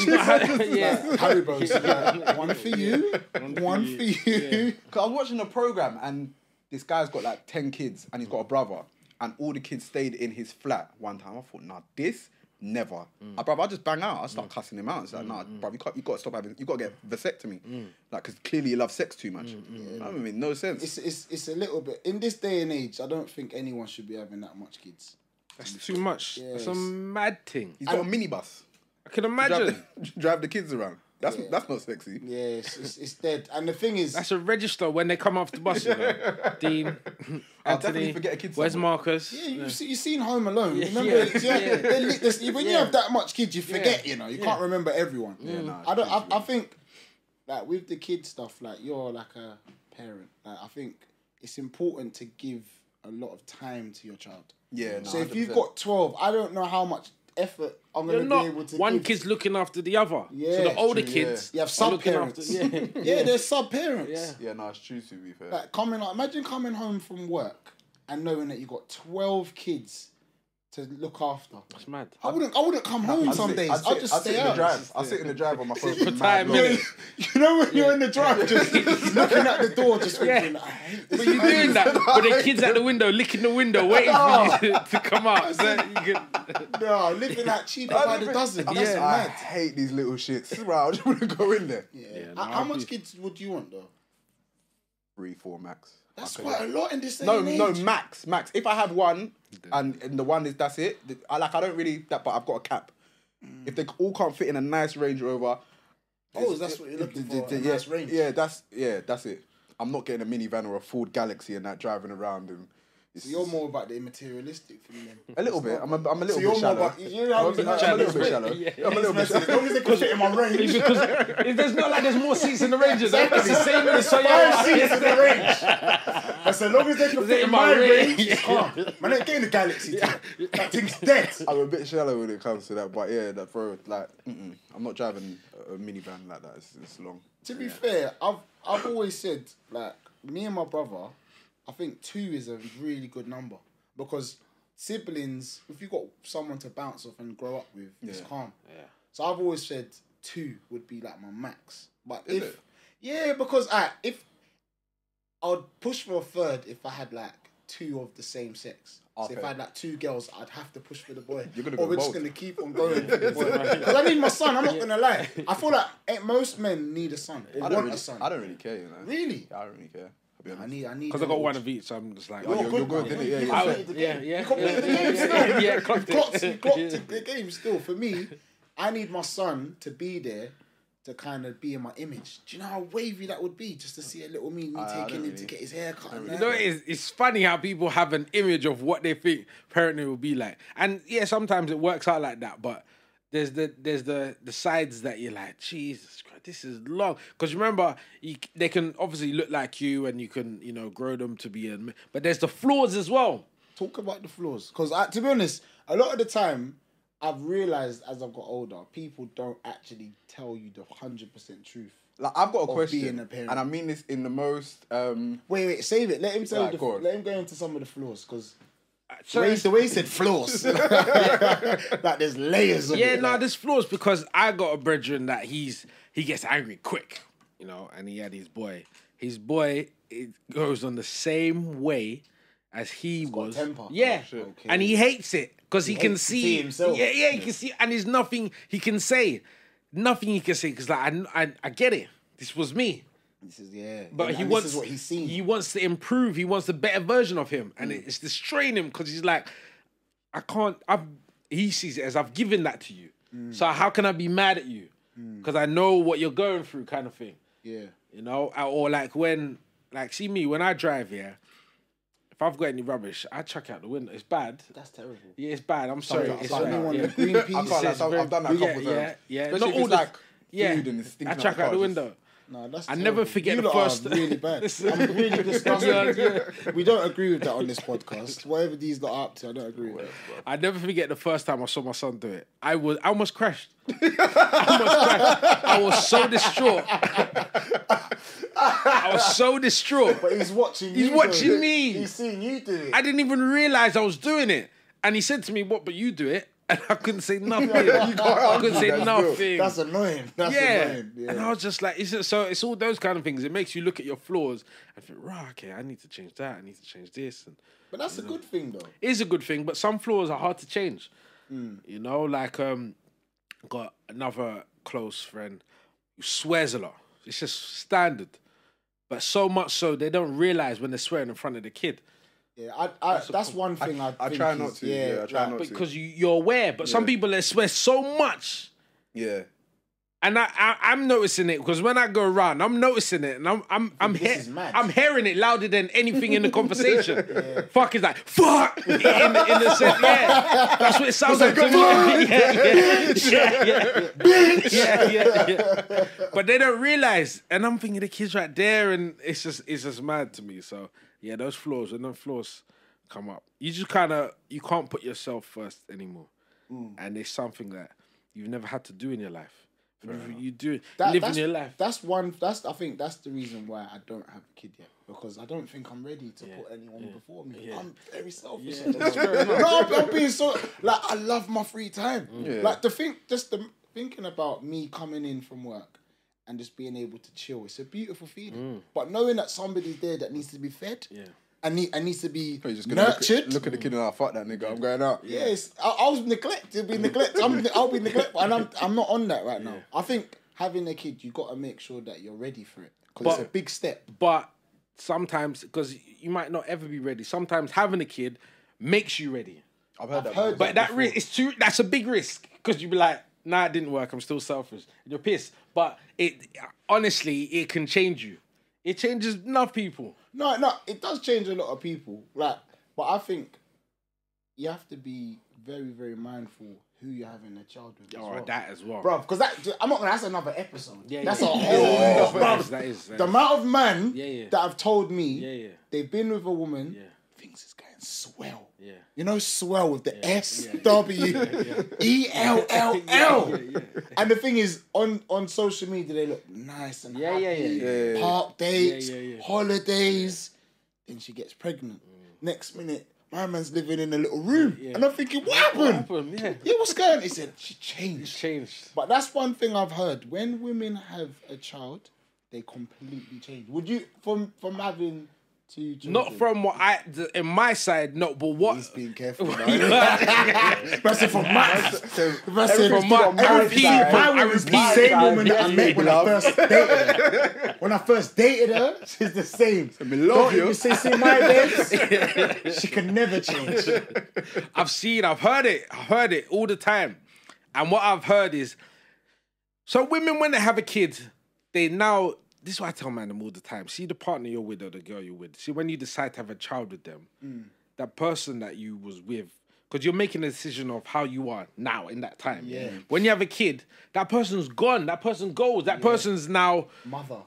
S3: <laughs> yeah.
S1: Haribos, yeah. one for you, one for you.
S2: Because I was watching a program and this guy's got like 10 kids and he's got a brother and all the kids stayed in his flat one time. I thought, nah, this never.
S3: Mm.
S2: I, brother, I just bang out. I start cussing him out. It's like, nah, bruv, you, can't, you got to stop having, you got to
S3: Mm.
S2: get vasectomy. Like, because clearly you love sex too much. That would make no sense.
S1: It's, it's it's a little bit in this day and age. I don't think anyone should be having that much kids.
S3: That's too much. That's a
S1: Yes.
S3: mad thing.
S2: he's got a minibus.
S3: I can
S2: Drive
S3: imagine.
S2: the, <laughs> drive the kids around. That's, that's not sexy.
S1: Yeah, it's, it's, it's dead. And the thing is,
S3: That's a register when they come off the bus.
S1: <laughs>
S3: You know? <laughs> Dean,
S2: I'll definitely
S3: Anthony,
S2: forget a kid
S3: where's
S2: somewhere.
S3: Marcus?
S1: yeah, you've, se- you've seen Home Alone. remember,
S3: yeah,
S1: it's- yeah,
S3: yeah.
S1: they lit this- when you have that much kids, you forget. You know, you can't remember everyone. Mm.
S2: nah,
S1: I don't. I, I think like with the kid stuff, like you're like a parent. Like I think it's important to give a lot of time to your child.
S2: Yeah, no,
S1: So if you've
S2: 100%.
S1: got twelve, I don't know how much effort I'm
S3: You're
S1: going to be able
S3: not
S1: to.
S3: one
S1: give.
S3: kid's looking after the other.
S1: Yeah,
S3: so the older
S2: true, yeah.
S3: kids
S1: You have
S3: are looking
S1: sub-parents. <laughs>
S3: After, yeah,
S1: Yeah, they're sub parents.
S3: Yeah.
S2: Yeah, no, it's true to be fair.
S1: Like coming, like, imagine coming home from work and knowing that you got twelve kids to look after.
S3: It's mad.
S1: I wouldn't. I wouldn't come home
S2: I'd
S1: some
S2: sit-
S1: days.
S2: I'd
S1: I'd,
S2: sit-
S1: just
S2: I'd
S1: stay
S2: sit in the
S1: out.
S2: drive. I sit in the drive on my phone.
S3: for
S2: mad
S3: time,
S2: long.
S1: <laughs>
S3: innit?
S1: you know when you're in the drive,
S2: <laughs>
S1: just looking at the door, just thinking, I hate this.
S3: But you're
S1: <laughs>
S3: doing that, but the kids at the window licking the window, waiting for you <laughs> to, to come out. So you
S1: <laughs>
S3: can,
S1: No, living like cheap by
S2: <laughs>
S1: the dozen. That's
S2: yeah, I
S1: mad.
S2: hate these little shits. <laughs> Bro, I just want to go in there.
S1: Yeah.
S3: Yeah,
S1: H-
S3: no,
S1: how
S3: I'd
S1: much
S3: be-
S1: kids would you want though?
S2: Three, four max.
S1: That's
S2: I could-
S1: quite a lot in this day
S2: No,
S1: and age.
S2: no, max, max. If I have one and, and the one is that's it. th- I like I don't really that, but I've got a cap. If they all can't fit in a nice Range Rover.
S1: oh, that's what you're looking for. a
S2: yeah,
S1: nice range.
S2: Yeah, that's yeah, that's it. I'm not getting a minivan or a Ford Galaxy and that driving around and. It's,
S1: You're more about the materialistic thing then.
S2: a little bit. I'm a, I'm a little
S1: you're
S2: bit
S1: more
S2: shallow.
S1: about- you know how
S2: I'm a bit- I'm a little bit shallow.
S3: Yeah.
S2: I'm a little bit
S1: As long as they can fit in my range.
S3: because if there's not like there's more seats in the Ranger, though, it's the same in the
S1: Five
S3: Toyota.
S1: seats in the
S2: <laughs>
S1: range. As long as they can fit in my range, it's calm. Man, ain't getting the
S2: <laughs>
S1: galaxy. too. That thing's dead.
S2: I'm a bit shallow when it comes to that, but yeah, that bro, like, mm-mm, I'm not driving a- a minivan like that. It's, it's long.
S1: To be fair, I've I've always said like me and my brother, I think two is a really good number because siblings, if you got someone to bounce off and grow up with, it's
S2: Yeah.
S1: calm. Yeah. So I've always said two would be like my max. But
S2: Is
S1: if
S2: it?
S1: yeah, because I if I would push for a third if I had like two of the same sex. So if
S2: Okay.
S1: I had like two girls, I'd have to push for the boy.
S2: <laughs> You're gonna
S1: or
S2: go
S1: we're just
S2: bold.
S1: gonna keep
S2: <laughs>
S1: on going. Because I need my son. I'm not gonna lie. I feel like eh, most men need a son. Or
S2: I
S1: want
S2: don't, really,
S1: a son.
S2: I don't really care, you know.
S1: Really?
S2: I don't really care. I'll be
S1: I
S2: honest.
S1: need. I need.
S3: Because I got one of each, so I'm just like,
S2: You're
S3: oh,
S2: good, you're good, innit? Yeah, yeah.
S3: I
S2: yeah.
S3: would- yeah, yeah,
S1: You completed the
S3: yeah,
S1: game
S3: yeah,
S1: still.
S3: yeah, <laughs> yeah,
S1: You
S3: clocked it.
S1: clocked, you clocked
S3: Yeah.
S1: the game still. For me, I need my son to be there to kind of be in my image. Do you know how wavy that would be just to see a little me, me taking
S2: I
S1: him
S2: don't
S1: to
S2: really-
S1: get his hair cut? and
S2: really
S1: that?
S2: know
S3: You know, it's, it's funny how people have an image of what they think parenting will be like, and yeah, sometimes it works out like that. But there's the there's the the sides that you're like, Jesus Christ, this is long. Because remember, you, c- they can obviously look like you, and you can you know grow them to be, a, m- but there's the flaws as well.
S1: talk about the flaws because to be honest a lot of the time i've realized as i've got older people don't actually tell you the 100% truth
S2: Like I've got a question,
S1: being a parent.
S2: and I mean this in the most. Um,
S1: wait wait save it let him tell
S2: Right,
S1: the,
S2: go on.
S1: let him go into some of the flaws because
S3: So
S1: the way he said
S3: <laughs>
S1: flaws <laughs> like there's layers of
S3: Yeah,
S1: it,
S3: no,
S1: like-
S3: this flaws because I got a brethren that he's he gets angry quick, you know, and he had his boy. His boy it goes on the same way as he was.
S1: temper.
S3: Yeah,
S1: Oh, shit. Okay.
S3: and he hates it because he, can
S1: hates to
S3: see,
S1: see himself.
S3: Yeah, yeah, he can see, and there's nothing he can say, nothing he can say because like I, I, I get it. This was me,
S1: this is yeah
S3: but
S1: And
S3: he
S1: this
S3: wants
S1: is what he's seen
S3: He wants to improve. He wants the better version of him, and it's destroying him because he's like, I can't. I'm. He sees it as I've given that to you, so how can I be mad at you? Because I know what you're going through, kind of thing.
S1: yeah
S3: You know, Uh, or like when, like, see me when I drive here. If I've got any rubbish, I chuck it out the window. It's bad.
S1: that's terrible
S3: Yeah, it's bad. I'm sorry.
S1: Sometimes
S3: It's
S1: I
S3: right.
S1: don't want
S3: yeah.
S1: the green
S2: <laughs> I can't,
S1: peas.
S2: like, I've, I've done that a
S3: Yeah,
S2: couple
S3: yeah,
S2: times.
S3: yeah.
S2: Especially
S3: Not
S2: if
S3: all
S2: it's
S3: the-
S2: like
S3: yeah.
S2: food and it's stinking
S3: I
S2: out
S3: chuck it out the
S2: car,
S3: window.
S1: no, that's
S3: I
S1: terrible.
S3: never forget
S1: You
S3: the
S1: lot are
S3: first-
S1: really
S3: <laughs>
S1: bad. I'm really disgusted. We don't agree with that on this podcast. Whatever these lot are up to, I don't agree with. it.
S3: I never forget the first time I saw my son do it. I was I almost crashed. <laughs> I almost crashed. I was so distraught. I was so distraught.
S1: But he's watching
S3: He's
S1: you.
S3: watching
S1: though.
S3: me.
S1: He's seeing you do it.
S3: I didn't even realize I was doing it. And he said to me, "What? But you do it." <laughs> And I couldn't say nothing. I couldn't say
S2: That's real.
S3: nothing.
S1: That's annoying. That's
S3: yeah.
S1: annoying. Yeah.
S3: and I was just like, is it so? It's all those kind of things. It makes you look at your flaws and think, right, okay, I need to change that. I need to change this. And
S1: but that's a good thing though.
S3: is a good thing, but some flaws are hard to change. You know, like um, got another close friend who swears a lot. It's just standard, but so much so they don't realize when they're swearing in front of the kid
S1: Yeah, I, I, that's, one thing I.
S2: I
S1: think
S2: try
S1: is-
S2: not to, yeah, I try
S1: like,
S2: not to.
S3: because you, you're aware. But some
S2: Yeah.
S3: people they swear so much.
S2: Yeah.
S3: And I, I, I'm noticing it because when I go around, I'm noticing it, and I'm, I'm, I'm,
S1: This
S3: hea-
S1: is mad.
S3: I'm hearing it louder than anything
S1: <laughs>
S3: in the conversation. Fuck is like fuck in, in the sense, yeah. That's what it sounds like. to me. <laughs> yeah, yeah,
S1: <laughs>
S3: yeah, yeah, <laughs> yeah, yeah, yeah. But they don't realize, and I'm thinking the kids right there, and it's just, it's just mad to me. So yeah, those flaws, when those flaws come up, you just kind of, you can't put yourself first anymore,
S1: Mm.
S3: and it's something that you've never had to do in your life. You, you do
S1: that-
S3: living
S1: that's-
S3: your life.
S1: That's one. That's I think that's the reason why I don't have a kid yet because I don't think I'm ready to put anyone before me. I'm very selfish. at the <laughs> moment. no, I'm, I'm being so like I love my free time.
S3: Mm.
S2: Yeah.
S1: Like to think just the thinking about me coming in from work. And just being able to chill. It's a beautiful feeling. But knowing that somebody's there that needs to be fed
S3: Mm. Yeah.
S1: and, need, and needs to be
S2: Oh, You're just gonna look
S1: nurtured.
S2: at, look at the kid and like, fuck that nigga, I'm going out.
S1: Yes, I, I was neglected. It'll Be neglect. I'm, I'll be neglectful, and I'm, I'm not on that right now. I think having a kid, you got to make sure that you're ready for it because it's
S3: But-
S1: a big step.
S3: but sometimes because you might not ever be ready sometimes having a kid makes you ready
S2: I've heard that.
S1: heard
S2: before.
S3: but that risk is too that's a big risk because you'd be like nah it didn't work i'm still selfish and you're pissed but it honestly it can change you it changes enough people
S1: No, no, it does change a lot of people. Like, but I think you have to be very, very mindful who you're having a child with.
S3: or that as well
S1: bro, because that I'm not gonna. That's another episode.
S3: Yeah,
S1: that's
S3: yeah.
S1: a whole.
S3: That is- that is, that
S1: The
S3: is.
S1: amount of men
S3: Yeah, yeah.
S1: that have told me
S3: yeah.
S1: they've been with a woman,
S3: Yeah.
S1: things is going swell.
S3: Yeah.
S1: You know, swell with the S
S3: <laughs>
S1: W E L L L. And the thing is, on on social media, they look nice and
S3: Yeah,
S1: happy.
S3: yeah, yeah, yeah,
S2: yeah, yeah.
S1: Park dates,
S3: Yeah, Mm. yeah, yeah.
S1: holidays. Then she gets pregnant. Next minute, my man's living in a little room, and I'm thinking, what
S3: What
S1: happened?
S3: happened? yeah
S1: Yeah, what's going? on? He said she
S3: it's
S1: changed.
S3: changed
S1: But that's one thing I've heard. When women have a child, they completely change. Would you from from having two children?
S3: not from what i the, in my side not but what
S1: He's
S3: <laughs>
S1: being careful. man. That's
S2: <laughs>
S1: it from my.
S2: So,
S1: That's it
S3: from my-
S1: from my
S3: I repeat,
S1: side.
S3: from- I
S1: My woman's
S3: repeat.
S1: the same woman that I
S2: Yeah,
S1: met when I
S2: love.
S1: first dated her. When I first dated her, she's the
S3: <laughs>
S1: same.
S2: me
S1: Don't
S2: love you.
S1: even say see my days. she can never
S3: <laughs>
S1: change.
S3: I've seen, I've heard it, I've heard it all the time. And what I've heard is So women, when they have a kid, they now. This is what I tell man them all the time. See the partner you're with or the girl you're with. See when you decide to have a child with them, that person that you was with, because you're making a decision of how you are now in that time.
S1: Yeah.
S3: When you have a kid, that person's gone. That person goes. That person's now.
S1: Mother.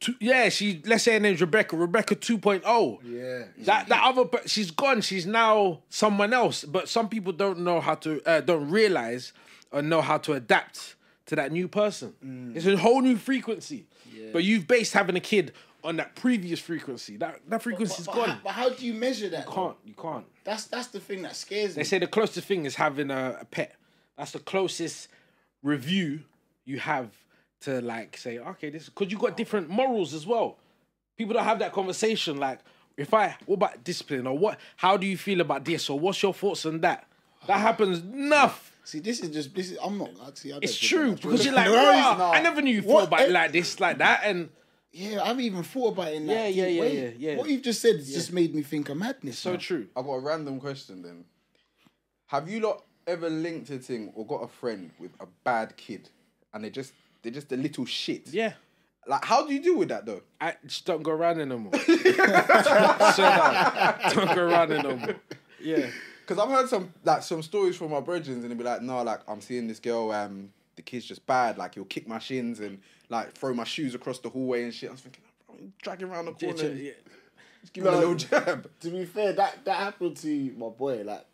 S3: Two, yeah, she. Let's say her name's Rebecca. Rebecca 2.0.
S1: Yeah.
S3: That that other, but she's gone. She's now someone else. But some people don't know how to, uh, don't realize or know how to adapt to that new person. It's a whole new frequency. But you've based having a kid on that previous frequency. That that frequency's
S1: But how,
S3: gone.
S1: but how do you measure that?
S3: you can't you can't.
S1: That's that's the thing that scares me.
S3: They say the closest thing is having a, a pet. That's the closest review you have to like say, okay, this because you got different morals as well. People don't have that conversation. Like, if I what about discipline or what? How do you feel about this or what's your thoughts on that? That happens enough.
S1: See, this is just this is. I'm not. See, I don't
S3: It's
S1: think
S3: true
S1: that's
S3: because
S1: really-
S3: you're
S1: <laughs>
S3: like,
S1: No, it's
S3: wow,
S1: not.
S3: I never knew you
S1: What
S3: thought about it
S1: if-
S3: like this, like that, and
S1: Yeah, I haven't even thought about it. In that
S3: Yeah, yeah,
S1: deep
S3: yeah,
S1: way.
S3: yeah, yeah.
S1: What you've just said has just made me think of madness.
S3: so
S1: now.
S3: true.
S2: I've got a random question then. Have you lot ever linked a thing or got a friend with a bad kid and they just they're just a little shit?
S3: Yeah,
S2: Like how do you deal with that though?
S3: I just don't go
S1: <laughs>
S3: around anymore. Shut up, don't go around anymore. Yeah.
S2: Because I've heard some like some stories from my brethren and they'd be like, no, like I'm seeing this girl, um, the kid's just bad, like he'll kick my shins and like throw my shoes across the hallway and shit. I was thinking, "Bro, drag him around the corner, and
S3: Yeah.
S2: just give him
S1: No.
S2: a little jab.
S1: to be fair, that that happened to my boy. Like,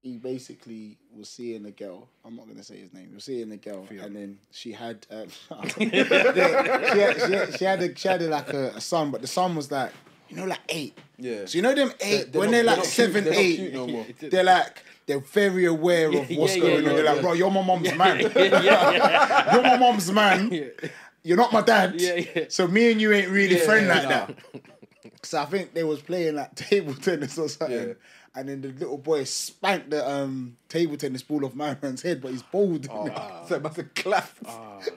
S1: he basically was seeing a girl. I'm not gonna say his name. He was seeing a girl, and then she had
S2: <laughs>
S1: um, <laughs> she had she had, she had, a, she had a, like a, a son, but the son was like, you know, like eight.
S2: Yeah.
S1: So you know them 8
S2: they're
S1: when they're
S2: not- they're
S1: like
S2: not cute-
S1: seven,
S2: they're not
S1: eight,
S2: cute no more.
S1: they're like. They're very aware
S2: <laughs>
S1: of
S3: Yeah,
S1: what's
S3: yeah,
S1: going
S3: yeah,
S1: on. They're
S3: yeah,
S1: like,
S3: yeah.
S1: bro, you're my mom's man.
S3: yeah, yeah.
S1: You're my mom's
S2: <laughs>
S1: man.
S3: Yeah.
S1: You're not my dad.
S3: Yeah, yeah.
S1: So me and you ain't really friend
S2: yeah,
S1: like
S2: nah.
S1: that. So I think they was playing like <laughs> table tennis or something.
S2: Yeah.
S1: And then the little boy spanked the um, table tennis ball off my man's head, but he's bald. <laughs>
S2: so it must have clapped.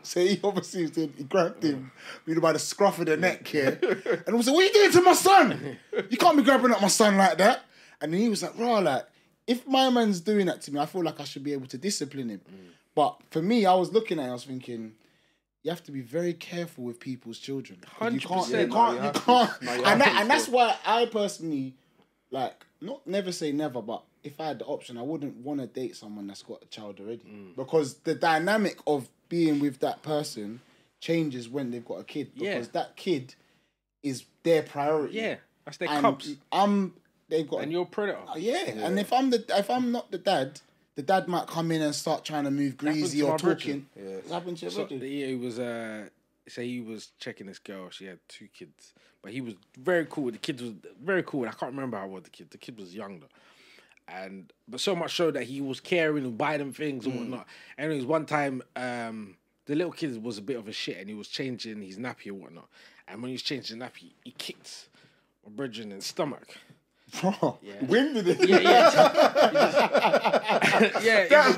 S1: So he obviously was in- he grabbed him you know, by the scruff of the neck here, and was like, "What are you doing to my son? You can't be grabbing at my son like that." And then he was like, "Raw, like if my man's doing that to me, I feel like I should be able to discipline him." But for me, I was looking at, it, I was thinking. You have to be very careful with people's children. 'Cause You can't, you
S3: 100%.
S1: can't,
S2: No, you
S1: you
S2: have to.
S1: can't,
S2: No, you have
S1: and, that,
S2: to,
S1: and that's
S2: sure.
S1: why I personally, like, not never say never, but if I had the option, I wouldn't want to date someone that's got a child already. Because the dynamic of being with that person changes when they've got a kid.
S3: Yeah.
S1: Because that kid is their priority.
S3: Yeah, that's their
S1: And
S3: cups.
S1: I'm they've got
S3: And you're a predator.
S1: yeah. and if I'm the if I'm not the dad, the dad might come in and start trying to move greasy
S3: to
S1: or
S3: my
S1: talking.
S3: brethren.
S2: Yeah.
S1: It's happened to your
S3: So
S1: brethren.
S3: the year he was uh say he was checking this girl, she had two kids. But he was very cool. The kid was very cool. I can't remember how old the kid. The kid was young though. And but so much so that he was caring and buying them things and whatnot. Anyways, one time um the little kid was a bit of a shit and he was changing his nappy and whatnot. And when he was changing the nappy, he kicked my brethren in the stomach.
S1: Bro, when did it? <laughs>
S3: Yeah, yeah. yeah,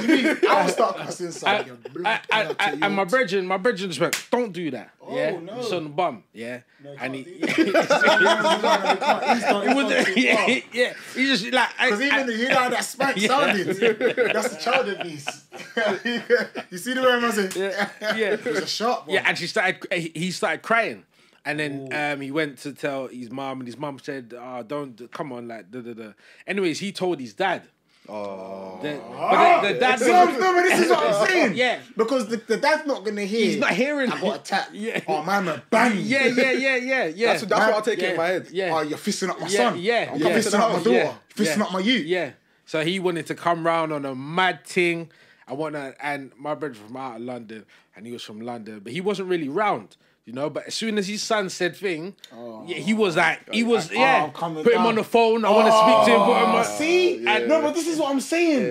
S3: he just- <laughs> yeah.
S1: I'll start cussing inside your blood.
S3: I, I,
S1: colour to
S3: I,
S1: your- Oh,
S3: and my brethren, my brethren just went, don't do that. yeah,
S1: no.
S3: it's on the bum. Yeah, and
S1: <laughs>
S3: he,
S1: It
S3: he <laughs> was, yeah, yeah, he just like, I,
S1: Because even
S3: I-
S1: the, you know how that spank sounded. That's the child abuse. <laughs> you see the way I'm saying?
S3: Yeah,
S1: It was a
S3: yeah,
S1: sharp one.
S3: yeah, and she started, he he started crying, and then
S1: Oh.
S3: um, he went to tell his mom, and his mom said, oh, don't, come on, like, da da da. Anyways, he told his dad. Oh, but
S1: Ah.
S3: the, the dad,
S1: So,
S3: was,
S1: no, but this is what I'm saying.
S3: Yeah.
S1: Because the, the dad's not going to hear.
S3: he's not hearing.
S1: I got attacked.
S3: Yeah.
S1: Oh, man, man, bang.
S3: yeah,
S1: <laughs>
S3: yeah, yeah, yeah, yeah.
S2: That's, that's what I take
S3: yeah,
S2: it in my head.
S3: Yeah.
S1: Oh, you're fisting up my
S3: Yeah,
S1: son.
S3: yeah,
S1: I'm
S3: yeah.
S1: fisting up my daughter.
S3: Yeah,
S1: Fisting
S3: yeah.
S1: up my youth.
S3: Yeah. So he wanted to come round on a mad thing. I want to, and my brother from out of London, and he was from London, but he wasn't really round, you know. But as soon as his son said thing, yeah, he was like, he was,
S1: Oh,
S3: yeah,
S1: I'm coming
S3: put him
S1: down. Oh.
S3: on the phone. I want to speak to him. Put him on.
S1: See?
S3: And
S1: No, but this is what I'm saying.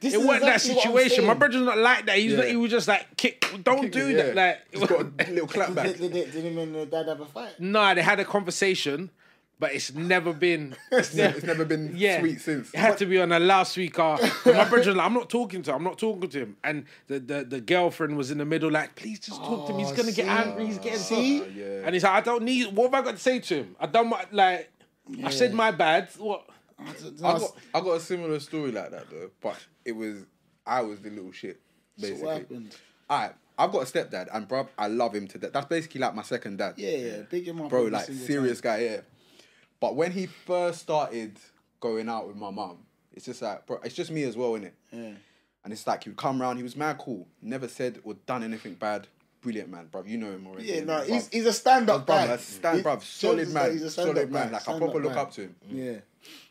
S1: This
S3: it
S1: is
S3: wasn't that
S1: exactly what I'm
S3: situation. My
S1: saying.
S3: brother's not like that. He's
S2: Yeah.
S3: not, he was just like, kick, don't do
S2: <laughs>
S3: that. Like,
S2: just got a little clap back.
S1: Did, did, did, did him and the dad have a fight?
S3: <laughs> nah, they had a conversation, but it's
S1: <laughs>
S3: never been.
S2: It's never, it's never been
S3: yeah.
S2: sweet since.
S3: It had to be on a loudspeaker.
S2: <laughs>
S3: And my brother's like, I'm not talking to him. I'm not talking to him. And the, the, the girlfriend was in the middle, like, please just talk to him. He's gonna get angry. He's getting
S1: See?
S3: hot."
S2: Oh, Yeah.
S3: And he's like, I don't need. What have I got to say to him? I done what like. I said my bad. What?
S2: I got, I got a similar story like that though, but it was I was the little shit, basically.
S1: So what happened?
S2: I I've got a stepdad and bruv, I love him to death. That's basically like my second dad.
S1: Yeah, yeah, big him up.
S2: Bro,
S1: every
S2: like
S1: single
S2: serious
S1: time.
S2: guy, yeah. But when he first started going out with my mum, it's just like bro, it's just me as well, innit?
S1: Yeah.
S2: And it's like he'd come round, he was mad cool, never said or done anything bad. Brilliant man, bruv. You know him already.
S1: Yeah,
S2: innit,
S1: no,
S2: bruv?
S1: he's, he's a stand up
S2: Bruv,
S1: guy.
S2: a stand,
S1: He-
S2: bruv, solid
S1: Jones is
S2: man,
S1: he's a stand-up
S2: solid man.
S1: guy,
S2: Like I
S1: stand-up
S2: proper look
S1: man.
S2: up to him. Mm.
S1: Yeah.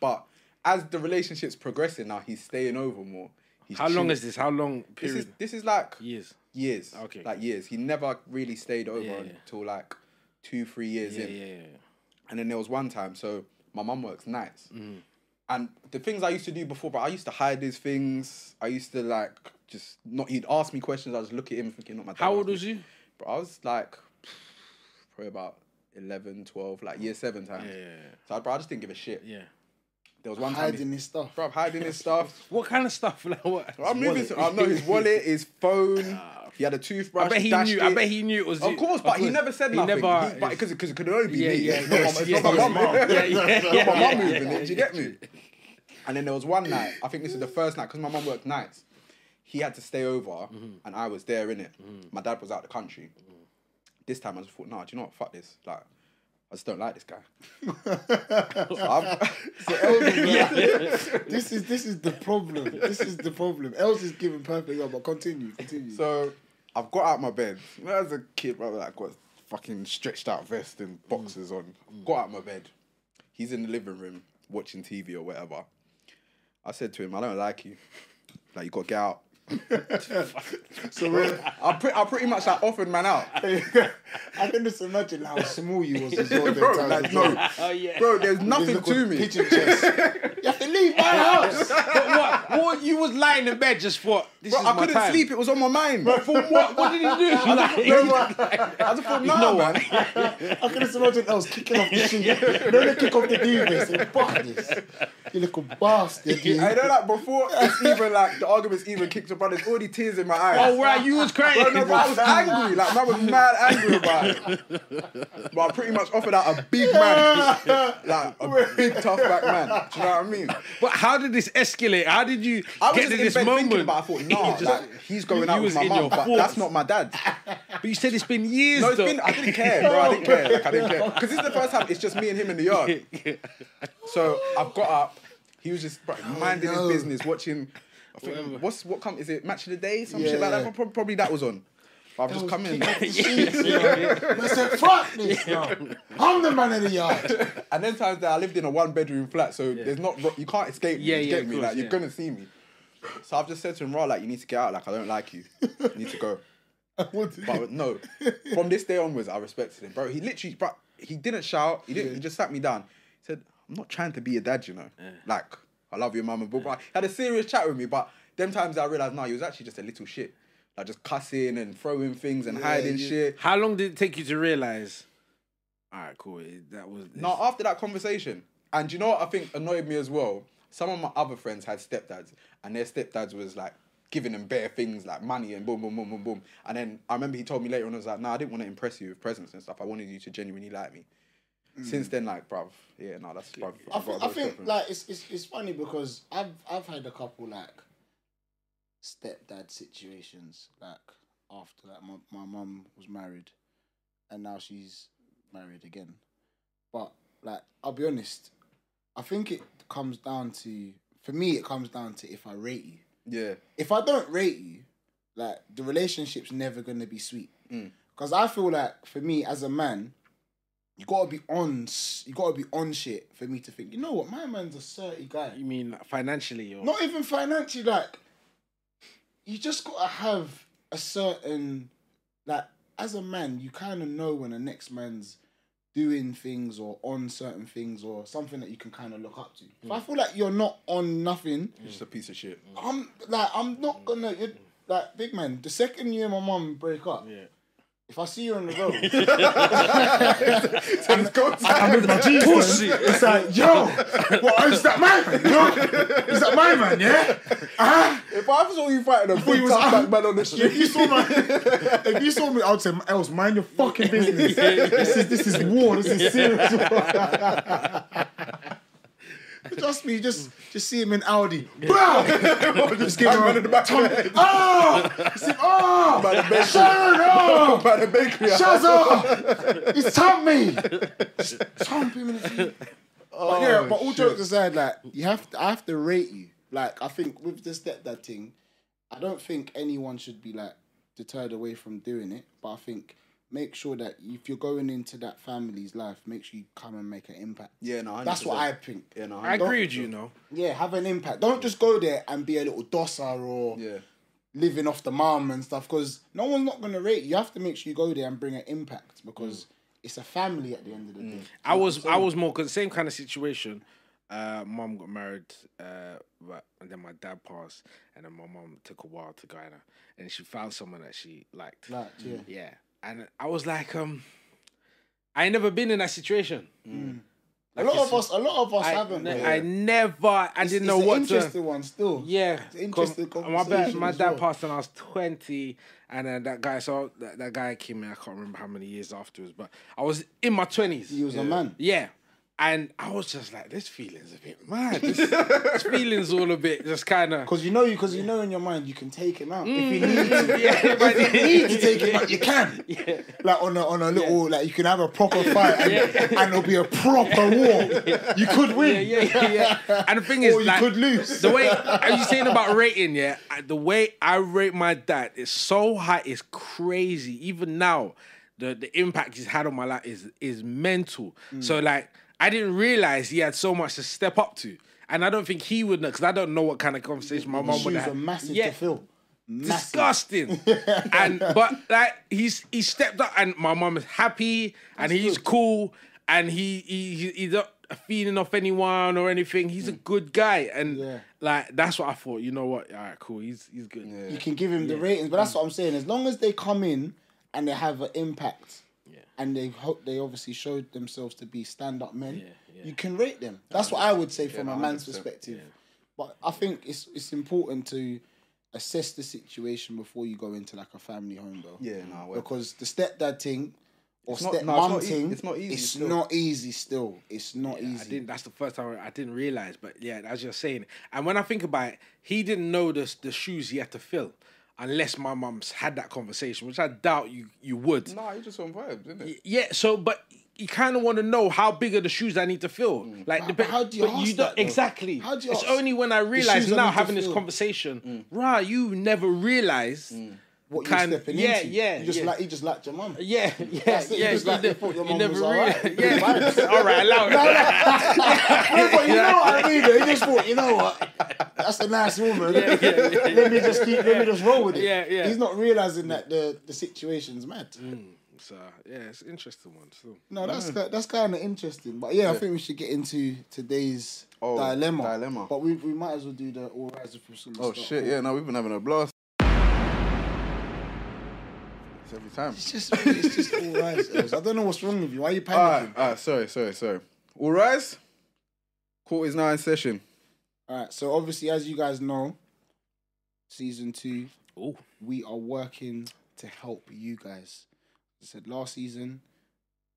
S2: But as the relationship's progressing now, he's staying over more. He's
S3: How long
S2: chilling.
S3: is this? How long
S2: this?
S3: period?
S2: Is this is like
S3: Years.
S2: years.
S3: Okay.
S2: Like years. He never really stayed over
S3: Yeah, yeah.
S2: until like two, three years
S3: Yeah,
S2: in.
S3: yeah, yeah.
S2: And then there was one time, so my mum works nights.
S3: Mm.
S2: And the things I used to do before, but I used to hide these things. I used to like just not. He'd ask me questions. I just look at him thinking, not my. dad
S3: How
S2: asked
S3: old
S2: me."
S3: was you?
S2: But I was like, probably about 11, 12, like year seven times.
S3: Yeah, yeah,
S2: So I, bro, I just didn't give a shit.
S3: yeah.
S2: There was one time, <laughs>
S1: Hiding his stuff.
S2: bro, hiding his stuff.
S3: What kind of stuff? <laughs> Like what?
S2: I'm moving.
S1: wallet.
S2: I know his wallet, his phone. He had a toothbrush.
S3: I bet he
S2: dashed
S3: knew.
S2: It.
S3: I bet he knew it was.
S2: Of
S3: you.
S2: course, but he never said
S3: He
S2: nothing.
S3: never-
S2: He- but because because it could only be
S3: Yeah,
S2: me.
S3: yeah,
S2: It's not my- it's
S3: yeah,
S2: not my
S3: yeah,
S2: mum.
S3: yeah, yeah, yeah,
S2: It's not my
S3: yeah,
S2: mum
S3: yeah,
S2: moving it. Do you
S3: <laughs>
S2: get me? And then there was one night. I think this is the first night because my mum worked nights. He had to stay over,
S3: Mm-hmm.
S2: and I was there in it. My dad was out the country. This time I just thought, nah, do you know what? Fuck this. Like, I just don't like this guy. so I've, <laughs>
S1: This is this is the problem. This is the problem. Else is giving perfect up, but continue, continue.
S2: So I've got out my bed. You know, as a kid, brother, like got fucking stretched out vest
S3: Mm.
S2: and boxers on. Got out my bed. He's in the living room watching TV or whatever. I said to him, I don't like you. <laughs> Like you got to
S3: <laughs>
S2: get out.
S1: So we're-
S2: I, pre- I pretty much like offered man out.
S1: <laughs> I can just imagine how small you was as well.
S2: <laughs> Bro,
S1: them times
S2: like,
S1: as well.
S2: no.
S3: Oh yeah.
S2: Bro, there's nothing
S1: There's a
S2: to
S1: good
S2: me.
S1: Pigeon chest. You have to
S2: <laughs>
S1: leave my house.
S3: But what? What? You was lying in bed just for this
S2: Bro,
S3: is
S2: I
S3: my
S2: couldn't
S3: time.
S2: sleep. It was on my mind. Bro,
S3: For what? What did he do? <laughs> Like,
S2: I
S3: <laughs>
S2: just thought,
S3: know
S2: nah, man.
S1: I can just imagine else kicking off the sheet. No, they kick off the duvet. Say, fuck this. You little bastard. You.
S2: I know that before it's even like the argument's even kicked up, bro, there's already tears in my eyes.
S3: oh right, you was crying.
S2: Bro, no, bro, I was angry. Like, man was mad angry about it. But I pretty much offered out a big man. Like, a big tough back man. Do you know what I mean?
S3: But how did this escalate? How did you
S2: I was
S3: get
S2: just
S3: to
S2: in
S3: this
S2: bed thinking
S3: moment? <laughs>
S2: about it. I thought,
S3: You
S2: nah,
S3: just-
S2: like, he's going
S3: you
S2: out with
S3: was
S2: my
S3: in
S2: mum,
S3: your
S2: but
S3: thoughts.
S2: that's not my dad.
S3: But you said it's been years.
S2: No, it's
S3: though.
S2: been,
S3: <laughs>
S2: I didn't care, bro. I didn't care. Like, I didn't care. Because this is the first time it's just me and him in
S3: <laughs>
S2: the yard. So I've got up. He was just bro, minding
S1: no.
S2: his business, watching. I think, what's what come? Is it match of the day? Some
S1: Yeah,
S2: shit like
S1: yeah.
S2: that. Pro- Probably that was on. I've just come in.
S1: I said, fuck this. Now. I'm the man in the yard.
S2: And then times that I lived in a one bedroom flat, so there's not ro- you can't escape me.
S3: Yeah,
S2: you
S3: yeah,
S2: get
S3: of
S2: me?
S3: course,
S2: like
S3: yeah.
S2: you're gonna see me. So I've just said to him, "Raw, like you need to get out. Like I don't like you. You need to go."
S3: <laughs>
S2: But no, from this day onwards, I respected him, bro. He literally, bro, he didn't shout. He didn't. He just sat me down. He said, "I'm not trying to be your dad, you know. Like I love your mum and blah, blah." He had a serious chat with me, but them times I realized, no, he was actually just a little shit, like just cussing and throwing things and hiding
S1: you-
S2: shit.
S3: How long did it take you to realize? All right, cool. it- That was
S2: Now, after that conversation, and you know what I think annoyed me as well? Some of my other friends had stepdads, and their stepdads was like giving them bare things like money and boom, boom, boom, boom, boom. And then I remember he told me later on, I was like, nah, I didn't want to impress you with presents and stuff. I wanted you to genuinely like me. Since then, like, bruv, yeah, no, that's bruv.
S1: I,
S2: I've got
S1: think-
S2: a
S1: I
S2: bit
S1: think
S2: different.
S1: like it's, it's it's funny because I've I've had a couple like stepdad situations like after like my my mum was married and now she's married again, but like I'll be honest, I think it comes down to for me it comes down to if I rate you.
S2: yeah,
S1: If I don't rate you, like the relationship's never gonna be sweet. Because I feel like for me as a man, you gotta be on. s- You gotta be on shit for me to think. You know what? My man's a certain guy.
S3: you mean like, financially or
S1: Not even financially. Like, you just gotta have a certain like. As a man, you kind of know when the next man's doing things or on certain things or something that you can kind of look up to. If I feel like you're not on nothing,
S2: just a piece of shit.
S1: I'm like I'm not gonna you're, like big man. The second you and my mum break up,
S3: Yeah.
S1: if I see you on the road.
S2: <laughs> And it's gone
S1: I'm with my G's.
S3: Pussy.
S1: man. It's like, yo, what oh, is that my man? Yo, is that my man? Yeah. Uh-huh.
S2: If I saw you fighting a
S1: He
S2: big
S1: was
S2: tough
S1: out.
S2: back man on the
S1: If you
S2: street,
S1: saw my, if you saw me, I'd say, else mind your fucking business. This is this is war. This is serious. War. <laughs> Trust me, just just see him in Audi.
S2: <laughs>
S1: Bruh! just give him
S2: Man
S1: a
S2: in the back of <laughs> the head.
S1: Oh! It's him, oh!
S2: By the bakery.
S1: Sharon,
S2: <laughs>
S1: oh!
S2: By
S1: <laughs>
S2: the
S1: Shazza!
S2: bakery.
S1: It's Tom me! Oh, Tom him in the teeth. But yeah, but all jokes aside, like you have to, I have to rate you. Like I think with the stepdad thing, I don't think anyone should be like deterred away from doing it. But I think make sure that if you're going into that family's life, make sure you come and make an impact.
S2: Yeah, no, 100%.
S1: That's what I think.
S2: Yeah, no,
S3: I agree with you, no.
S1: Yeah, have an impact. Don't just go there and be a little dosser or
S2: Yeah.
S1: living off the mum and stuff because no one's not gonna rate you. You have to make sure you go there and bring an impact
S3: Mm.
S1: because it's a family at the end of the day.
S3: I was I was more cause same kind of situation. Uh, mom got married, uh, but- and then my dad passed, and then my mom took a while to Guyana, and she found someone that she liked.
S1: Like, yeah.
S3: Yeah, and I was like, um, I ain't never been in that situation.
S1: Mm. a lot of us, a lot of us
S3: I,
S1: haven't.
S3: ne-
S1: bro.
S3: I never, I
S1: It's-
S3: didn't
S1: it's
S3: know
S1: an
S3: what to.
S1: Interesting one still.
S3: Yeah,
S1: It's an interesting
S3: com- my dad,
S1: conversation
S3: my
S1: as
S3: dad
S1: well.
S3: passed when I was twenty, and then that guy. So that, that guy came in. I can't remember how many years afterwards, but I was in my twenties.
S1: He was a man.
S3: Yeah. And I was just like, this feeling's a bit mad. This,
S1: <laughs>
S3: this feeling's all a bit just kind of.
S1: Because you know, because you know in your mind you can take him out if you
S3: Mm.
S1: need to.
S3: <laughs> Yeah, but-
S1: If you need to take him
S3: <laughs>
S1: out, you can. Like on a on a little like you can have a proper fight and, and it'll be a proper
S3: <laughs>
S1: war. You could win.
S3: yeah, yeah, <laughs> yeah. And the thing is,
S1: Or you
S3: like,
S1: could lose.
S3: the way are you saying about rating? Yeah, I- the way I rate my dad is so high, it's crazy. Even now, the the impact he's had on my life is is mental.
S1: Mm.
S3: So like, I didn't realize he had so much to step up to, and I don't think he would know because I don't know what kind of conversation my mom would
S1: Shoes
S3: have.
S1: are massive
S3: Yeah
S1: to fill. Massive.
S3: disgusting. <laughs> and but like he's he stepped up, and my mum is happy, and he's cool, and he he he- he's not feeding off anyone or anything. He's a good guy, and
S1: Hmm. Yeah.
S3: like that's what I thought. You know what? All right, cool. He's he's good.
S1: You can give him the ratings, but that's
S2: Mm.
S1: what I'm saying. As long as they come in and they have an impact, and they ho- they obviously showed themselves to be stand up men, you can rate them. That's what I would say from a man's
S2: 100%,
S1: perspective. But I think it's it's important to assess the situation before you go into like a family home though.
S2: Yeah, nah, well-
S1: because the stepdad thing or
S2: not- no,
S1: stepmom
S2: it's not ea-
S1: thing,
S2: it's not easy
S1: It's
S2: still.
S1: not easy still. It's not easy.
S3: I didn't. That's the first time I didn't realize. But yeah, as you're saying, and when I think about it, he didn't know the the shoes he had to fill, unless my mum's had that conversation, which I doubt you you would.
S2: Nah, you just on vibes, isn't it?
S3: Yeah, so but you kind of want to know how big are the shoes I need to fill. Like,
S1: Mm. But-
S3: dep-
S1: but how do you
S3: but
S1: ask that, though?
S3: exactly.
S1: How do you
S3: it's
S1: ask?
S3: only when I realize
S1: shoes I
S3: now
S1: need to
S3: having this
S1: fill. Mm.
S3: conversation, rah, you never realize
S1: What
S3: kind-
S1: you're stepping
S3: yeah,
S1: into?
S3: yeah,
S1: you just
S3: yeah.
S1: like you just liked your mum.
S3: Yeah, yeah,
S1: <laughs> That's it.
S3: yeah.
S1: You just like
S3: ne-
S1: they thought your
S3: you
S1: mum
S3: never
S1: was
S3: realize.
S1: alright. <laughs>
S3: Yeah. all right, allow it.
S1: No, but you know what I mean. though. He just thought, you know what, that's a nice woman. <laughs> let me just keep, let me just roll with it.
S3: Yeah, yeah. Mm.
S1: He's not realizing that the the situation's mad.
S3: So yeah, it's an interesting one. So
S1: No, that's
S2: Mm.
S1: ki- that's kind of interesting. But yeah, I think we should get into today's
S2: Oh,
S1: dilemma.
S2: dilemma.
S1: But we we might as well do the all rise if we're still
S2: Oh shit, yeah, no, we've been having a blast. It's every time.
S1: It's just it's just all rise. Els. I don't know what's wrong with you. Why are you
S2: Ah,
S1: panicking?
S2: ah, sorry, sorry, sorry. All rise. Court is now in session.
S1: All right. So obviously, as you guys know, season two
S3: oh,
S1: we are working to help you guys. As I said last season,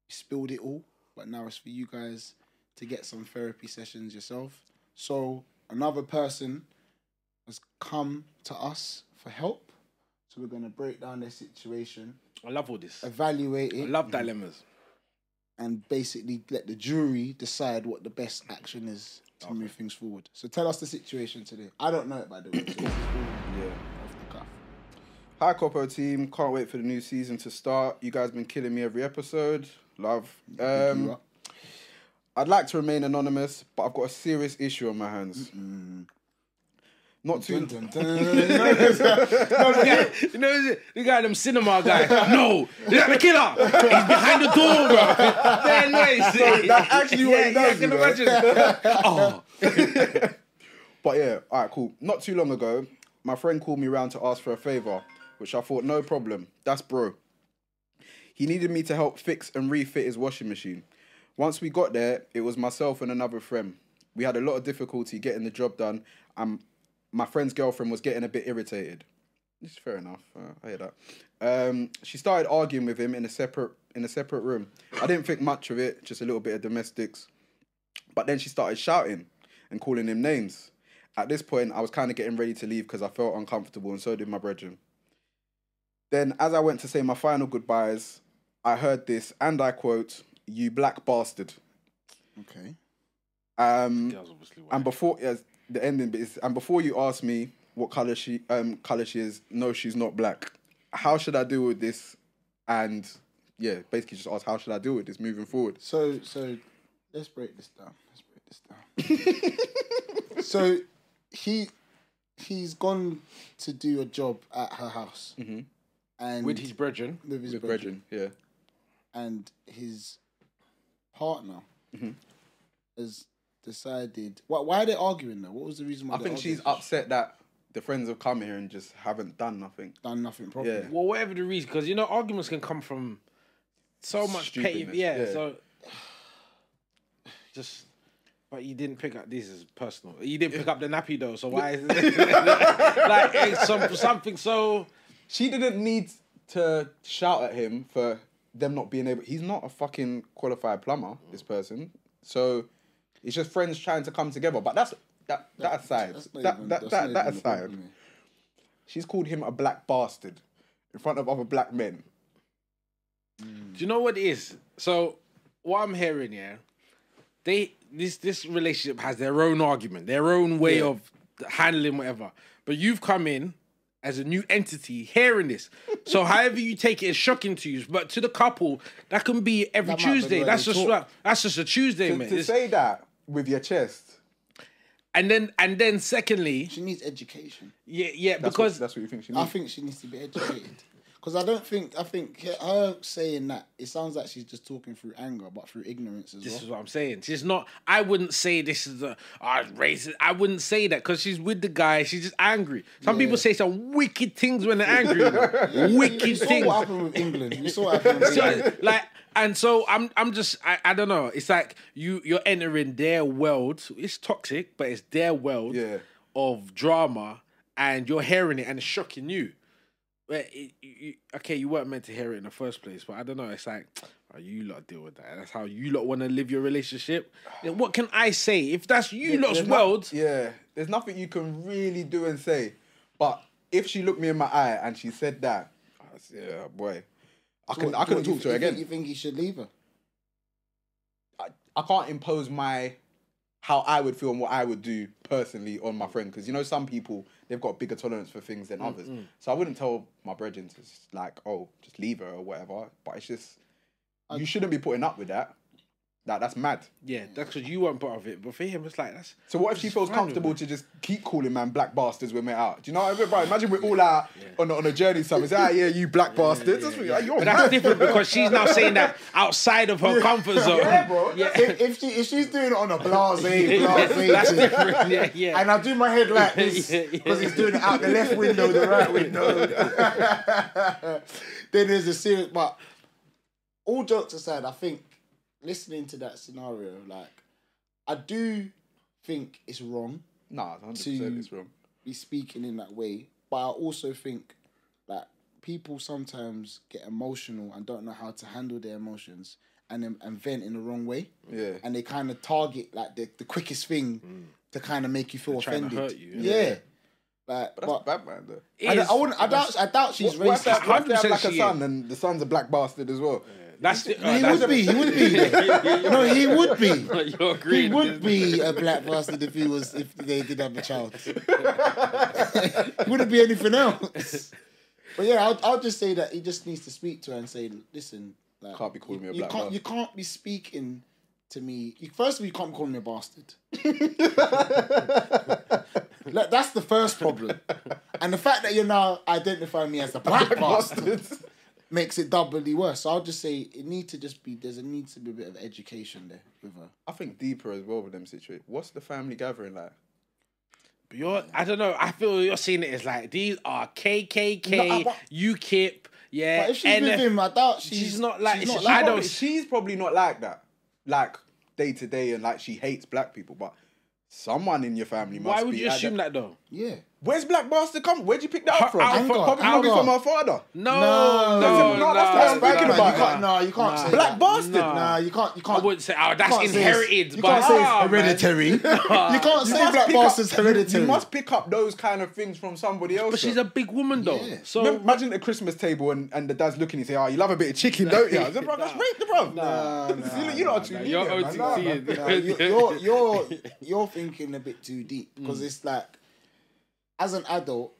S1: we spilled it all, but now it's for you guys to get some therapy sessions yourself. So another person has come to us for help. So we're gonna break down their situation,
S3: I love all this.
S1: evaluate
S3: I
S1: it,
S3: love dilemmas. <laughs>
S1: and basically let the jury decide what the best action is to move things forward. So tell us the situation today. I don't know it by the way. <coughs> So this is all
S2: Yeah.
S1: off the cuff.
S2: Hi, Copo team. Can't wait for the new season to start. You guys been killing me every episode. Love.
S1: you
S2: Um,
S1: up.
S2: I'd like to remain anonymous, but I've got a serious issue on my hands. Not too.
S1: Dun, dun, dun.
S3: Yeah, you know, the guy, them cinema
S1: <laughs>
S3: guy. No, he's not the killer. He's behind the door, bro. That noise.
S2: that actually what he does, you know.
S3: I can imagine. oh,
S2: But yeah, all right, cool. Not too long ago, my friend called me round to ask for a favor, which I thought, no problem. That's bro. He needed me to help fix and refit his washing machine. Once we got there, it was myself and another friend. We had a lot of difficulty getting the job done, and my friend's girlfriend was getting a bit irritated. It's fair enough. Uh, I hear that. Um, she started arguing with him in a separate in a separate room. I didn't think much of it, just a little bit of domestics. But then she started shouting, and calling him names. At this point, I was kind of getting ready to leave because I felt uncomfortable, and so did my brethren. Then, as I went to say my final goodbyes, I heard this, and I quote, "You black bastard."
S1: Okay.
S2: Um,
S3: Girls obviously
S2: and
S3: white.
S2: before yes, the ending bit is, and before you ask me what color she um color she is, no, she's not black. How should I deal with this? And yeah, basically just ask how should I deal with this moving forward.
S1: So so let's break this down. Let's break this
S2: <laughs>
S1: down. so he he's gone to do a job at her house. Mm-hmm. And
S3: With his brethren,
S1: with his
S2: With
S1: brethren.
S2: Brethren, yeah,
S1: and his partner
S2: Mm-hmm.
S1: has decided. Why, why are they arguing though? What was the reason? Why
S2: I
S1: they
S2: think she's
S1: argued?
S2: upset that the friends have come here and just haven't done nothing.
S1: done nothing properly.
S2: Yeah.
S3: well, whatever the reason, because you know arguments can come from so much petty.
S2: Stupidness,
S3: Yeah,
S2: yeah.
S3: so <sighs> just. But you didn't pick up. This is personal. You didn't pick up the nappy though.
S1: <laughs>
S3: So why? Is it, like it's some something so.
S2: She didn't need to shout at him for them not being able. He's not a fucking qualified plumber. This person, so it's just friends trying to come together. But that's that that aside,
S1: That's not even-
S2: that that
S1: that's
S2: that,
S1: not
S2: that
S1: even a problem
S2: aside.
S1: here.
S2: She's called him a black bastard in front of other black men.
S3: Do you know what it is? So what I'm hearing, yeah, they this this relationship has their own argument, their own way
S2: Yeah.
S3: of handling whatever. But you've come in as a new entity hearing this.
S2: <laughs>
S3: So however you take it is shocking to you. But to the couple, that can be every
S1: might be the
S3: Tuesday.
S1: way
S3: That's
S1: they
S3: just
S1: talk.
S3: what- that's just a Tuesday,
S2: To,
S3: man.
S2: to say that with your chest,
S3: and then and then secondly,
S1: She needs education.
S3: yeah, yeah,
S2: that's
S3: because
S2: what, that's what you think she
S1: I
S2: needs.
S1: think she needs to be educated because I don't think I think her saying that it sounds like she's just talking through anger, but through ignorance as
S3: This
S1: well.
S3: is what I'm saying. She's not. I wouldn't say this is a oh, it's racist. I wouldn't say that because she's with the guy. She's just angry. Some people say some wicked things when they're angry. you know.
S1: You
S3: wicked
S1: saw
S3: things.
S1: what happened with England. You saw what happened with England.
S3: So, like, and so I'm. I'm just. I, I. don't know. It's like you. You're entering their world. It's toxic, but it's their world
S2: Yeah.
S3: of drama, and you're hearing it, and it's shocking you. But it, you, you, okay, you weren't meant to hear it in the first place, but I don't know. It's like oh, you lot deal with that. That's how you lot want to live your relationship. Then what can I say if that's you lot's
S2: There's
S3: world?
S2: not- yeah, there's nothing you can really do and say. But if she looked me in my eye and she said that, I said, yeah, boy, I couldn't, I couldn't
S1: You
S2: talk to her
S1: think-
S2: again.
S1: You think he should leave her?
S2: I, I can't impose my how I would feel and what I would do personally on my friend because you know some people they've got bigger tolerance for things
S1: Mm,
S2: than others. So I wouldn't tell my brethren to s- like oh just leave her or whatever. But it's just you shouldn't be putting up with that. Like that's mad.
S3: Yeah, that's because you weren't part of it. But for him, it's like that's
S2: So what if she feels
S3: fine with
S2: comfortable
S3: it.
S2: to just keep calling man black bastards when we're out? Do you know what I mean, bro? Imagine we're all out on, on a journey somewhere. Say, ah, yeah, you black bastards. That's what you're, you're
S3: But
S2: mad.
S3: that's
S2: <laughs>
S3: different because she's now saying that outside of her comfort zone.
S2: Yeah, bro.
S1: If, if she if she's doing it on a blase,
S3: That's
S1: blase, thing,
S3: different. <laughs> Yeah, yeah.
S1: and I do my head like this
S3: Yeah, yeah.
S1: because he's doing it out the left window, the right window. <laughs> then there's a serious, but all jokes aside, I think listening to that scenario, like I do think it's wrong
S2: Nah, 100%
S1: To-
S2: it's wrong.
S1: be speaking in that way, but I also think like people sometimes get emotional and don't know how to handle their emotions and then- and vent in the wrong way.
S2: Yeah. Mm.
S1: and they kind of target like the, the quickest thing to kind of make you feel
S3: trying to
S1: offended.
S3: hurt you,
S1: Yeah. Like,
S2: But that's
S1: but,
S2: bad, man, though.
S1: I, don't- I wouldn't. I doubt. I doubt she's
S2: What if they
S1: racist.
S2: have, what if
S3: 100%
S2: they have like a
S3: she
S2: son and the son's a black bastard as well?
S3: That's the,
S1: he would be. He would
S2: <laughs>
S1: be. no, he would be.
S3: <laughs> You're
S1: He
S3: agreeing.
S1: would be a black bastard if he was if they did have a child.
S2: <laughs>
S1: Wouldn't be anything else. But yeah, I'll, I'll just say that he just needs to speak to her and say, listen, like,
S2: Can't be calling me a
S1: you
S2: black
S1: can't
S2: bastard.
S1: you can't be speaking to me. You, first of all, you can't be calling me a
S2: <laughs>
S1: bastard. Like, that's the first problem, and the fact that you're now identifying me as a black bastard
S2: Bastards.
S1: makes it doubly worse. So I'll just say it need to just be there's a need to be a bit of education there with her.
S2: <laughs> I think deeper as well with them situation. What's the family gathering like?
S3: You're, I don't know. I feel you're seeing it as like these are
S1: No, I-
S3: KKK,
S1: but-
S3: UKIP, yeah.
S1: But if she's with
S3: NF
S1: him, I doubt she's,
S3: uh, she's, not like,
S1: she's not
S3: I
S1: like
S3: don't.
S2: Probably- she's probably not like that, like day to day, and like she hates black people. But someone in your family must
S3: Why would
S2: be
S3: you
S2: at
S3: assume
S2: that.
S3: that though?
S1: Yeah.
S2: Where's Black Bastard come? Where'd you pick that up from?
S3: Alpha-
S2: Probably, probably
S1: Alpha.
S2: from her father.
S1: No,
S3: No,
S1: no,
S3: no, no,
S2: no, that's what I'm
S1: Nah,
S2: thinking
S1: you
S2: about it.
S1: can't, nah, you can't say
S2: Black
S1: that.
S2: Bastard.
S3: No.
S1: Nah, you can't. You
S3: I
S1: can't.
S3: wouldn't say. Oh,
S1: you
S3: that's
S1: can't say it's-
S3: inherited.
S1: You
S3: but,
S1: can't say it's
S3: ah, man.
S1: hereditary. you
S2: <laughs>
S1: can't say
S2: must
S1: Black
S2: pick up-
S1: Bastard's hereditary.
S2: You must pick up those kind of things from somebody else.
S3: But she's
S2: though.
S3: a big woman though.
S1: Yeah.
S3: So
S2: Remem- Imagine at a Christmas table and, and the dad's looking and say, "Oh, you love a bit of chicken,
S1: <laughs>
S2: don't you?" I said, "Bruv, that's rape, bro. <laughs>
S1: Nah, nah,
S2: you lot are too
S3: nah,
S2: lenient,
S3: you're
S2: man. Nah,
S3: OTT.
S2: man.
S1: Nah, you- you're you're you're thinking a bit too deep because it's like, as an adult,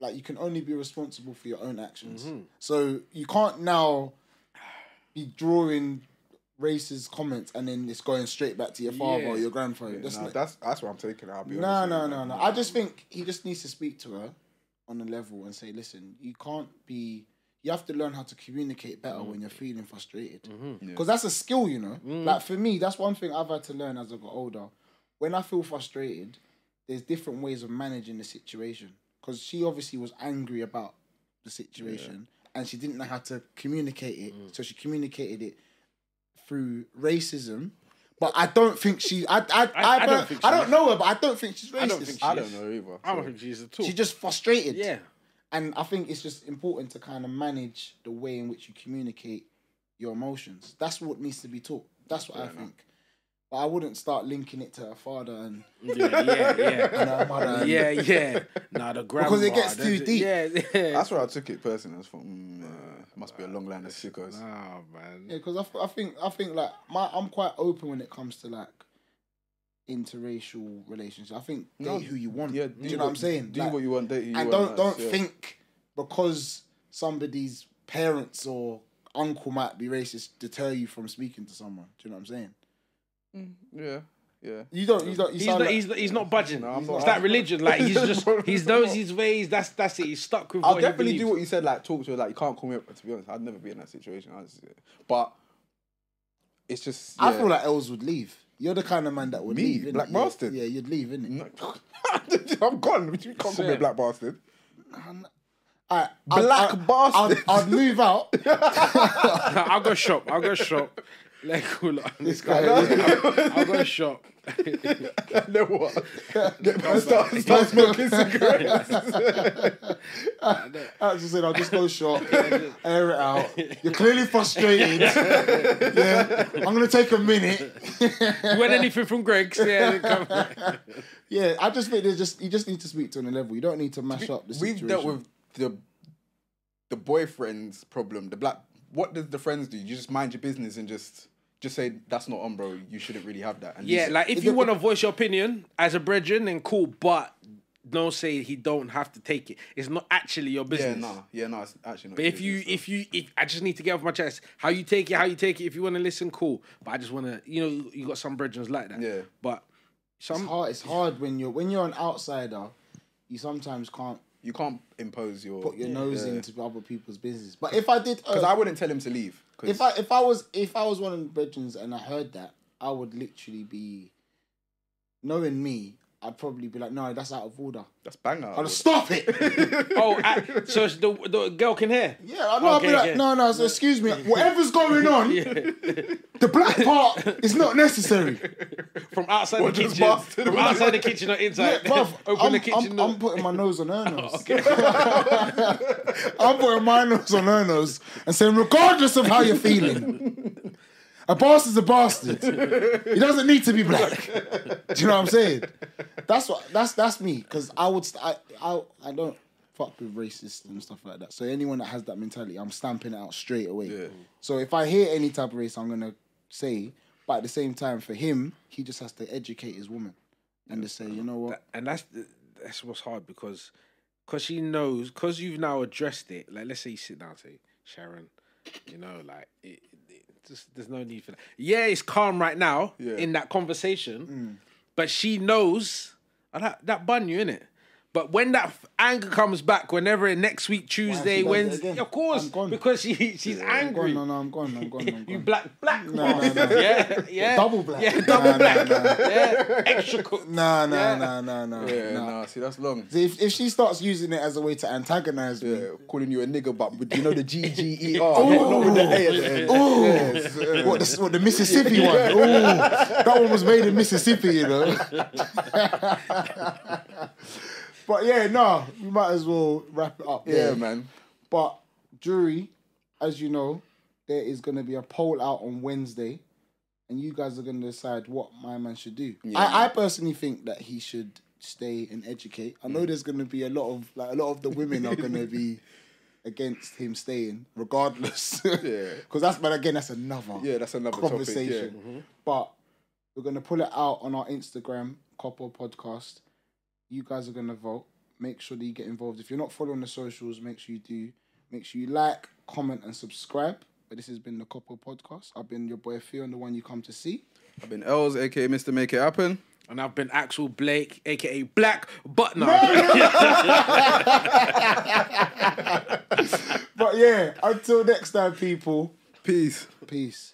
S1: like you can only be responsible for your own actions. So you can't now be drawing racist comments and then it's going straight back to your father or
S3: Yeah.
S1: your grandfather. that's
S2: Nah,
S1: not.
S2: that's that's what I'm taking. I'll be
S1: No,
S2: honest with
S1: no,
S2: you,
S1: no,
S2: man.
S1: no. I just think he just needs to speak to her on a level and say, listen, you can't be. You have to learn how to communicate better when you're feeling frustrated. Because
S3: Mm-hmm.
S1: that's a skill, you know?
S3: Mm.
S1: Like for me, that's one thing I've had to learn as I got older. When I feel frustrated, there's different ways of managing the situation. Because she obviously was angry about the situation and she didn't know how to communicate it.
S3: Mm.
S1: So she communicated it through racism. But I don't think she. I I I,
S3: I don't
S1: don't.
S3: think
S1: I
S3: she
S1: don't
S3: is.
S1: know her, but I don't think she's racist.
S3: I don't think she
S2: I
S3: is.
S2: don't know either.
S3: I don't
S2: so-
S3: think she's at all.
S1: She's just frustrated.
S3: yeah.
S1: And I think it's just important to kind of manage the way in which you communicate your emotions. That's what needs to be taught. That's what I think. But I wouldn't start linking it to her father and <laughs>
S3: Yeah, yeah, yeah.
S1: and her mother. and-
S3: yeah, yeah. Nah, the grandma.
S1: it gets too
S3: that's-
S1: deep.
S3: Yeah, yeah.
S2: That's where I took it personally. I was like, mm, uh, must be a long line of sickos.
S3: Oh man.
S1: Yeah, because I, f- I think I think like my I'm quite open when it comes to like interracial relationships. I think date
S2: No,
S1: who you want.
S2: Yeah,
S1: do you know what I'm saying?
S2: Do
S1: Like,
S2: what you want, date who you
S1: and
S2: want.
S1: don't
S2: that's-
S1: don't
S2: yeah.
S1: think because somebody's parents or uncle might be racist deter you from speaking to someone. Do you know what I'm saying?
S2: Yeah, yeah.
S1: You don't. You don't. You
S3: He's
S1: sound
S3: not,
S1: like-
S3: he's not. He's not budging.
S2: No, I'm
S1: not-
S3: it's that religion. Like he's
S2: <laughs>
S3: just. He knows his ways. That's that's it. He's stuck with.
S2: I'll
S3: what
S2: definitely
S3: he
S2: do
S3: believes.
S2: what you said, like talk to her. Like you can't call me up. To be honest, I'd never be in that situation. I just, but it's just.
S1: I
S2: yeah.
S1: feel like Els would leave. You're the kind of man that would
S2: Me?
S1: leave. innit?
S2: Black
S1: Yeah,
S2: bastard?
S1: Yeah, you'd leave, innit?
S2: No. <laughs> I'm gone. You can't call me a
S3: Same.
S1: <laughs>
S2: black bastard.
S1: Alright,
S2: Black
S1: I'd,
S2: bastard.
S1: I'd, I'd move
S2: <laughs>
S1: out.
S3: <laughs> I'll go shop. I'll go shop. Let cool on this guy. I'll go shop. <laughs>
S2: And then <laughs> what? Then start,
S1: <laughs>
S2: start smoking cigarettes.
S1: Actually said, I'll just go
S2: <laughs>
S1: short, air it out. You're clearly frustrated. yeah. I'm gonna take a minute.
S3: You want anything from Greg's? Yeah. Come.
S1: Yeah, I just think there's just you just need to speak to on a level. You don't need to mash up the situation.
S2: We've dealt with the the boyfriend's problem. The black. What does the friends do? You just mind your business and just just say that's not on, bro. You shouldn't really have that. And
S3: Yeah,
S2: leave it.
S3: like if you want to voice your opinion as a brethren, then cool, but don't say he don't have to take it. It's not actually your
S2: yeah,
S3: business.
S2: no, yeah, no. It's actually not.
S3: But if you, if you, if I just need to get off my chest, how you take it, how you take it. If you want to listen, cool. But I just want to, you know, you got some brethren like that.
S2: Yeah.
S3: But
S1: it's
S3: some
S1: hard. It's hard when you're when you're an outsider. You sometimes can't
S2: you can't impose your
S1: put your nose into other people's business. But if I did,
S2: because
S1: uh,
S2: I wouldn't tell him to leave. 'cause-
S1: if I if I was if I was one of the brethrens and I heard that, I would literally be, knowing me, I'd probably be like, no, that's out of order.
S2: that's banger.
S1: I'd stop
S2: <laughs>
S1: it. <laughs>
S3: oh, I, so it's the the girl can hear.
S1: Yeah, I know. I'd be
S3: Okay,
S1: like,
S3: yeah.
S1: no, no. So excuse
S2: <laughs>
S1: me. Whatever's going on, the black part is not necessary.
S2: <laughs>
S3: From outside
S2: Or
S3: the
S2: just
S3: kitchen,
S2: bastard.
S3: from outside the kitchen or
S1: Yeah,
S3: inside.
S1: bruv,
S3: <laughs> Open
S1: I'm,
S3: the kitchen
S1: I'm, I'm
S3: door.
S1: putting my nose on
S3: <laughs>
S1: her nose. <laughs> I'm putting my nose on her nose and saying, regardless of how you're feeling, a bastard's a bastard. He doesn't need to be
S3: <laughs>
S1: black. Do you know what I'm saying? That's what that's that's me because I would st- I, I I don't fuck with racist and stuff like that. So anyone that has that mentality, I'm stamping it out straight away. So if I hear any type of race, I'm gonna say. But at the same time, for him, he just has to educate his woman and just say, you know what?
S3: and that's the- that's what's hard because because she knows because you've now addressed it. Like let's say you sit down, and say Sharon, you know, like it, it- just there's no need for that. Yeah, it's calm right now
S2: Yeah.
S3: in that conversation,
S1: Mm.
S3: but she knows oh, that that bun you in it. But when that f- anger comes back, whenever it next week Tuesday,
S1: does it
S3: Wednesday,
S1: again.
S3: of course,
S1: I'm gone.
S3: because she she's
S1: I'm gone,
S3: angry.
S1: no, no, I'm gone, I'm gone, I'm
S3: <laughs> You
S1: gone.
S3: black black
S1: No, <laughs> no, no.
S3: yeah yeah
S1: Double black.
S3: yeah double
S1: Nah,
S3: black
S1: nah, nah. <laughs>
S3: yeah extra cook
S1: Nah, nah, nah, nah, nah.
S2: yeah,
S1: nah.
S2: nah, see, that's long.
S1: If, if she starts using it as a way to antagonize me,
S2: Yeah, calling you a nigga, but with, you know the G G E <laughs> R, not with the A at the end.
S1: Ooh, what, the, what the Mississippi one? Ooh,
S2: <laughs>
S1: that one was made in Mississippi, you know. but <laughs> But yeah, no, we might as well wrap it up.
S2: Yeah,
S1: there.
S2: man.
S1: But jury, as you know, there is going to be a poll out on Wednesday, and you guys are going to decide what my man should do. I, I personally think that he should stay and educate. I
S2: Mm.
S1: know there's going to be a lot of like a lot of the women are going to
S2: <laughs>
S1: be against him staying, regardless. <laughs>
S2: Yeah.
S1: Because that's but again, that's another
S2: Yeah, Mm-hmm. that's another
S1: conversation.
S2: Topic,
S1: But we're gonna pull it out on our Instagram, Copper Podcast. You guys are gonna vote. Make sure that you get involved. If you're not following the socials, make sure you do. Make sure you like, comment, and subscribe. But this has been the Copper Podcast. I've been your boy Theo and the one you come to see.
S2: yeah. I've been Els, aka Mr. Make It Happen.
S3: And I've been Axel Blake, aka Black Butner.
S1: But yeah, until next time, people.
S2: Peace.
S1: Peace.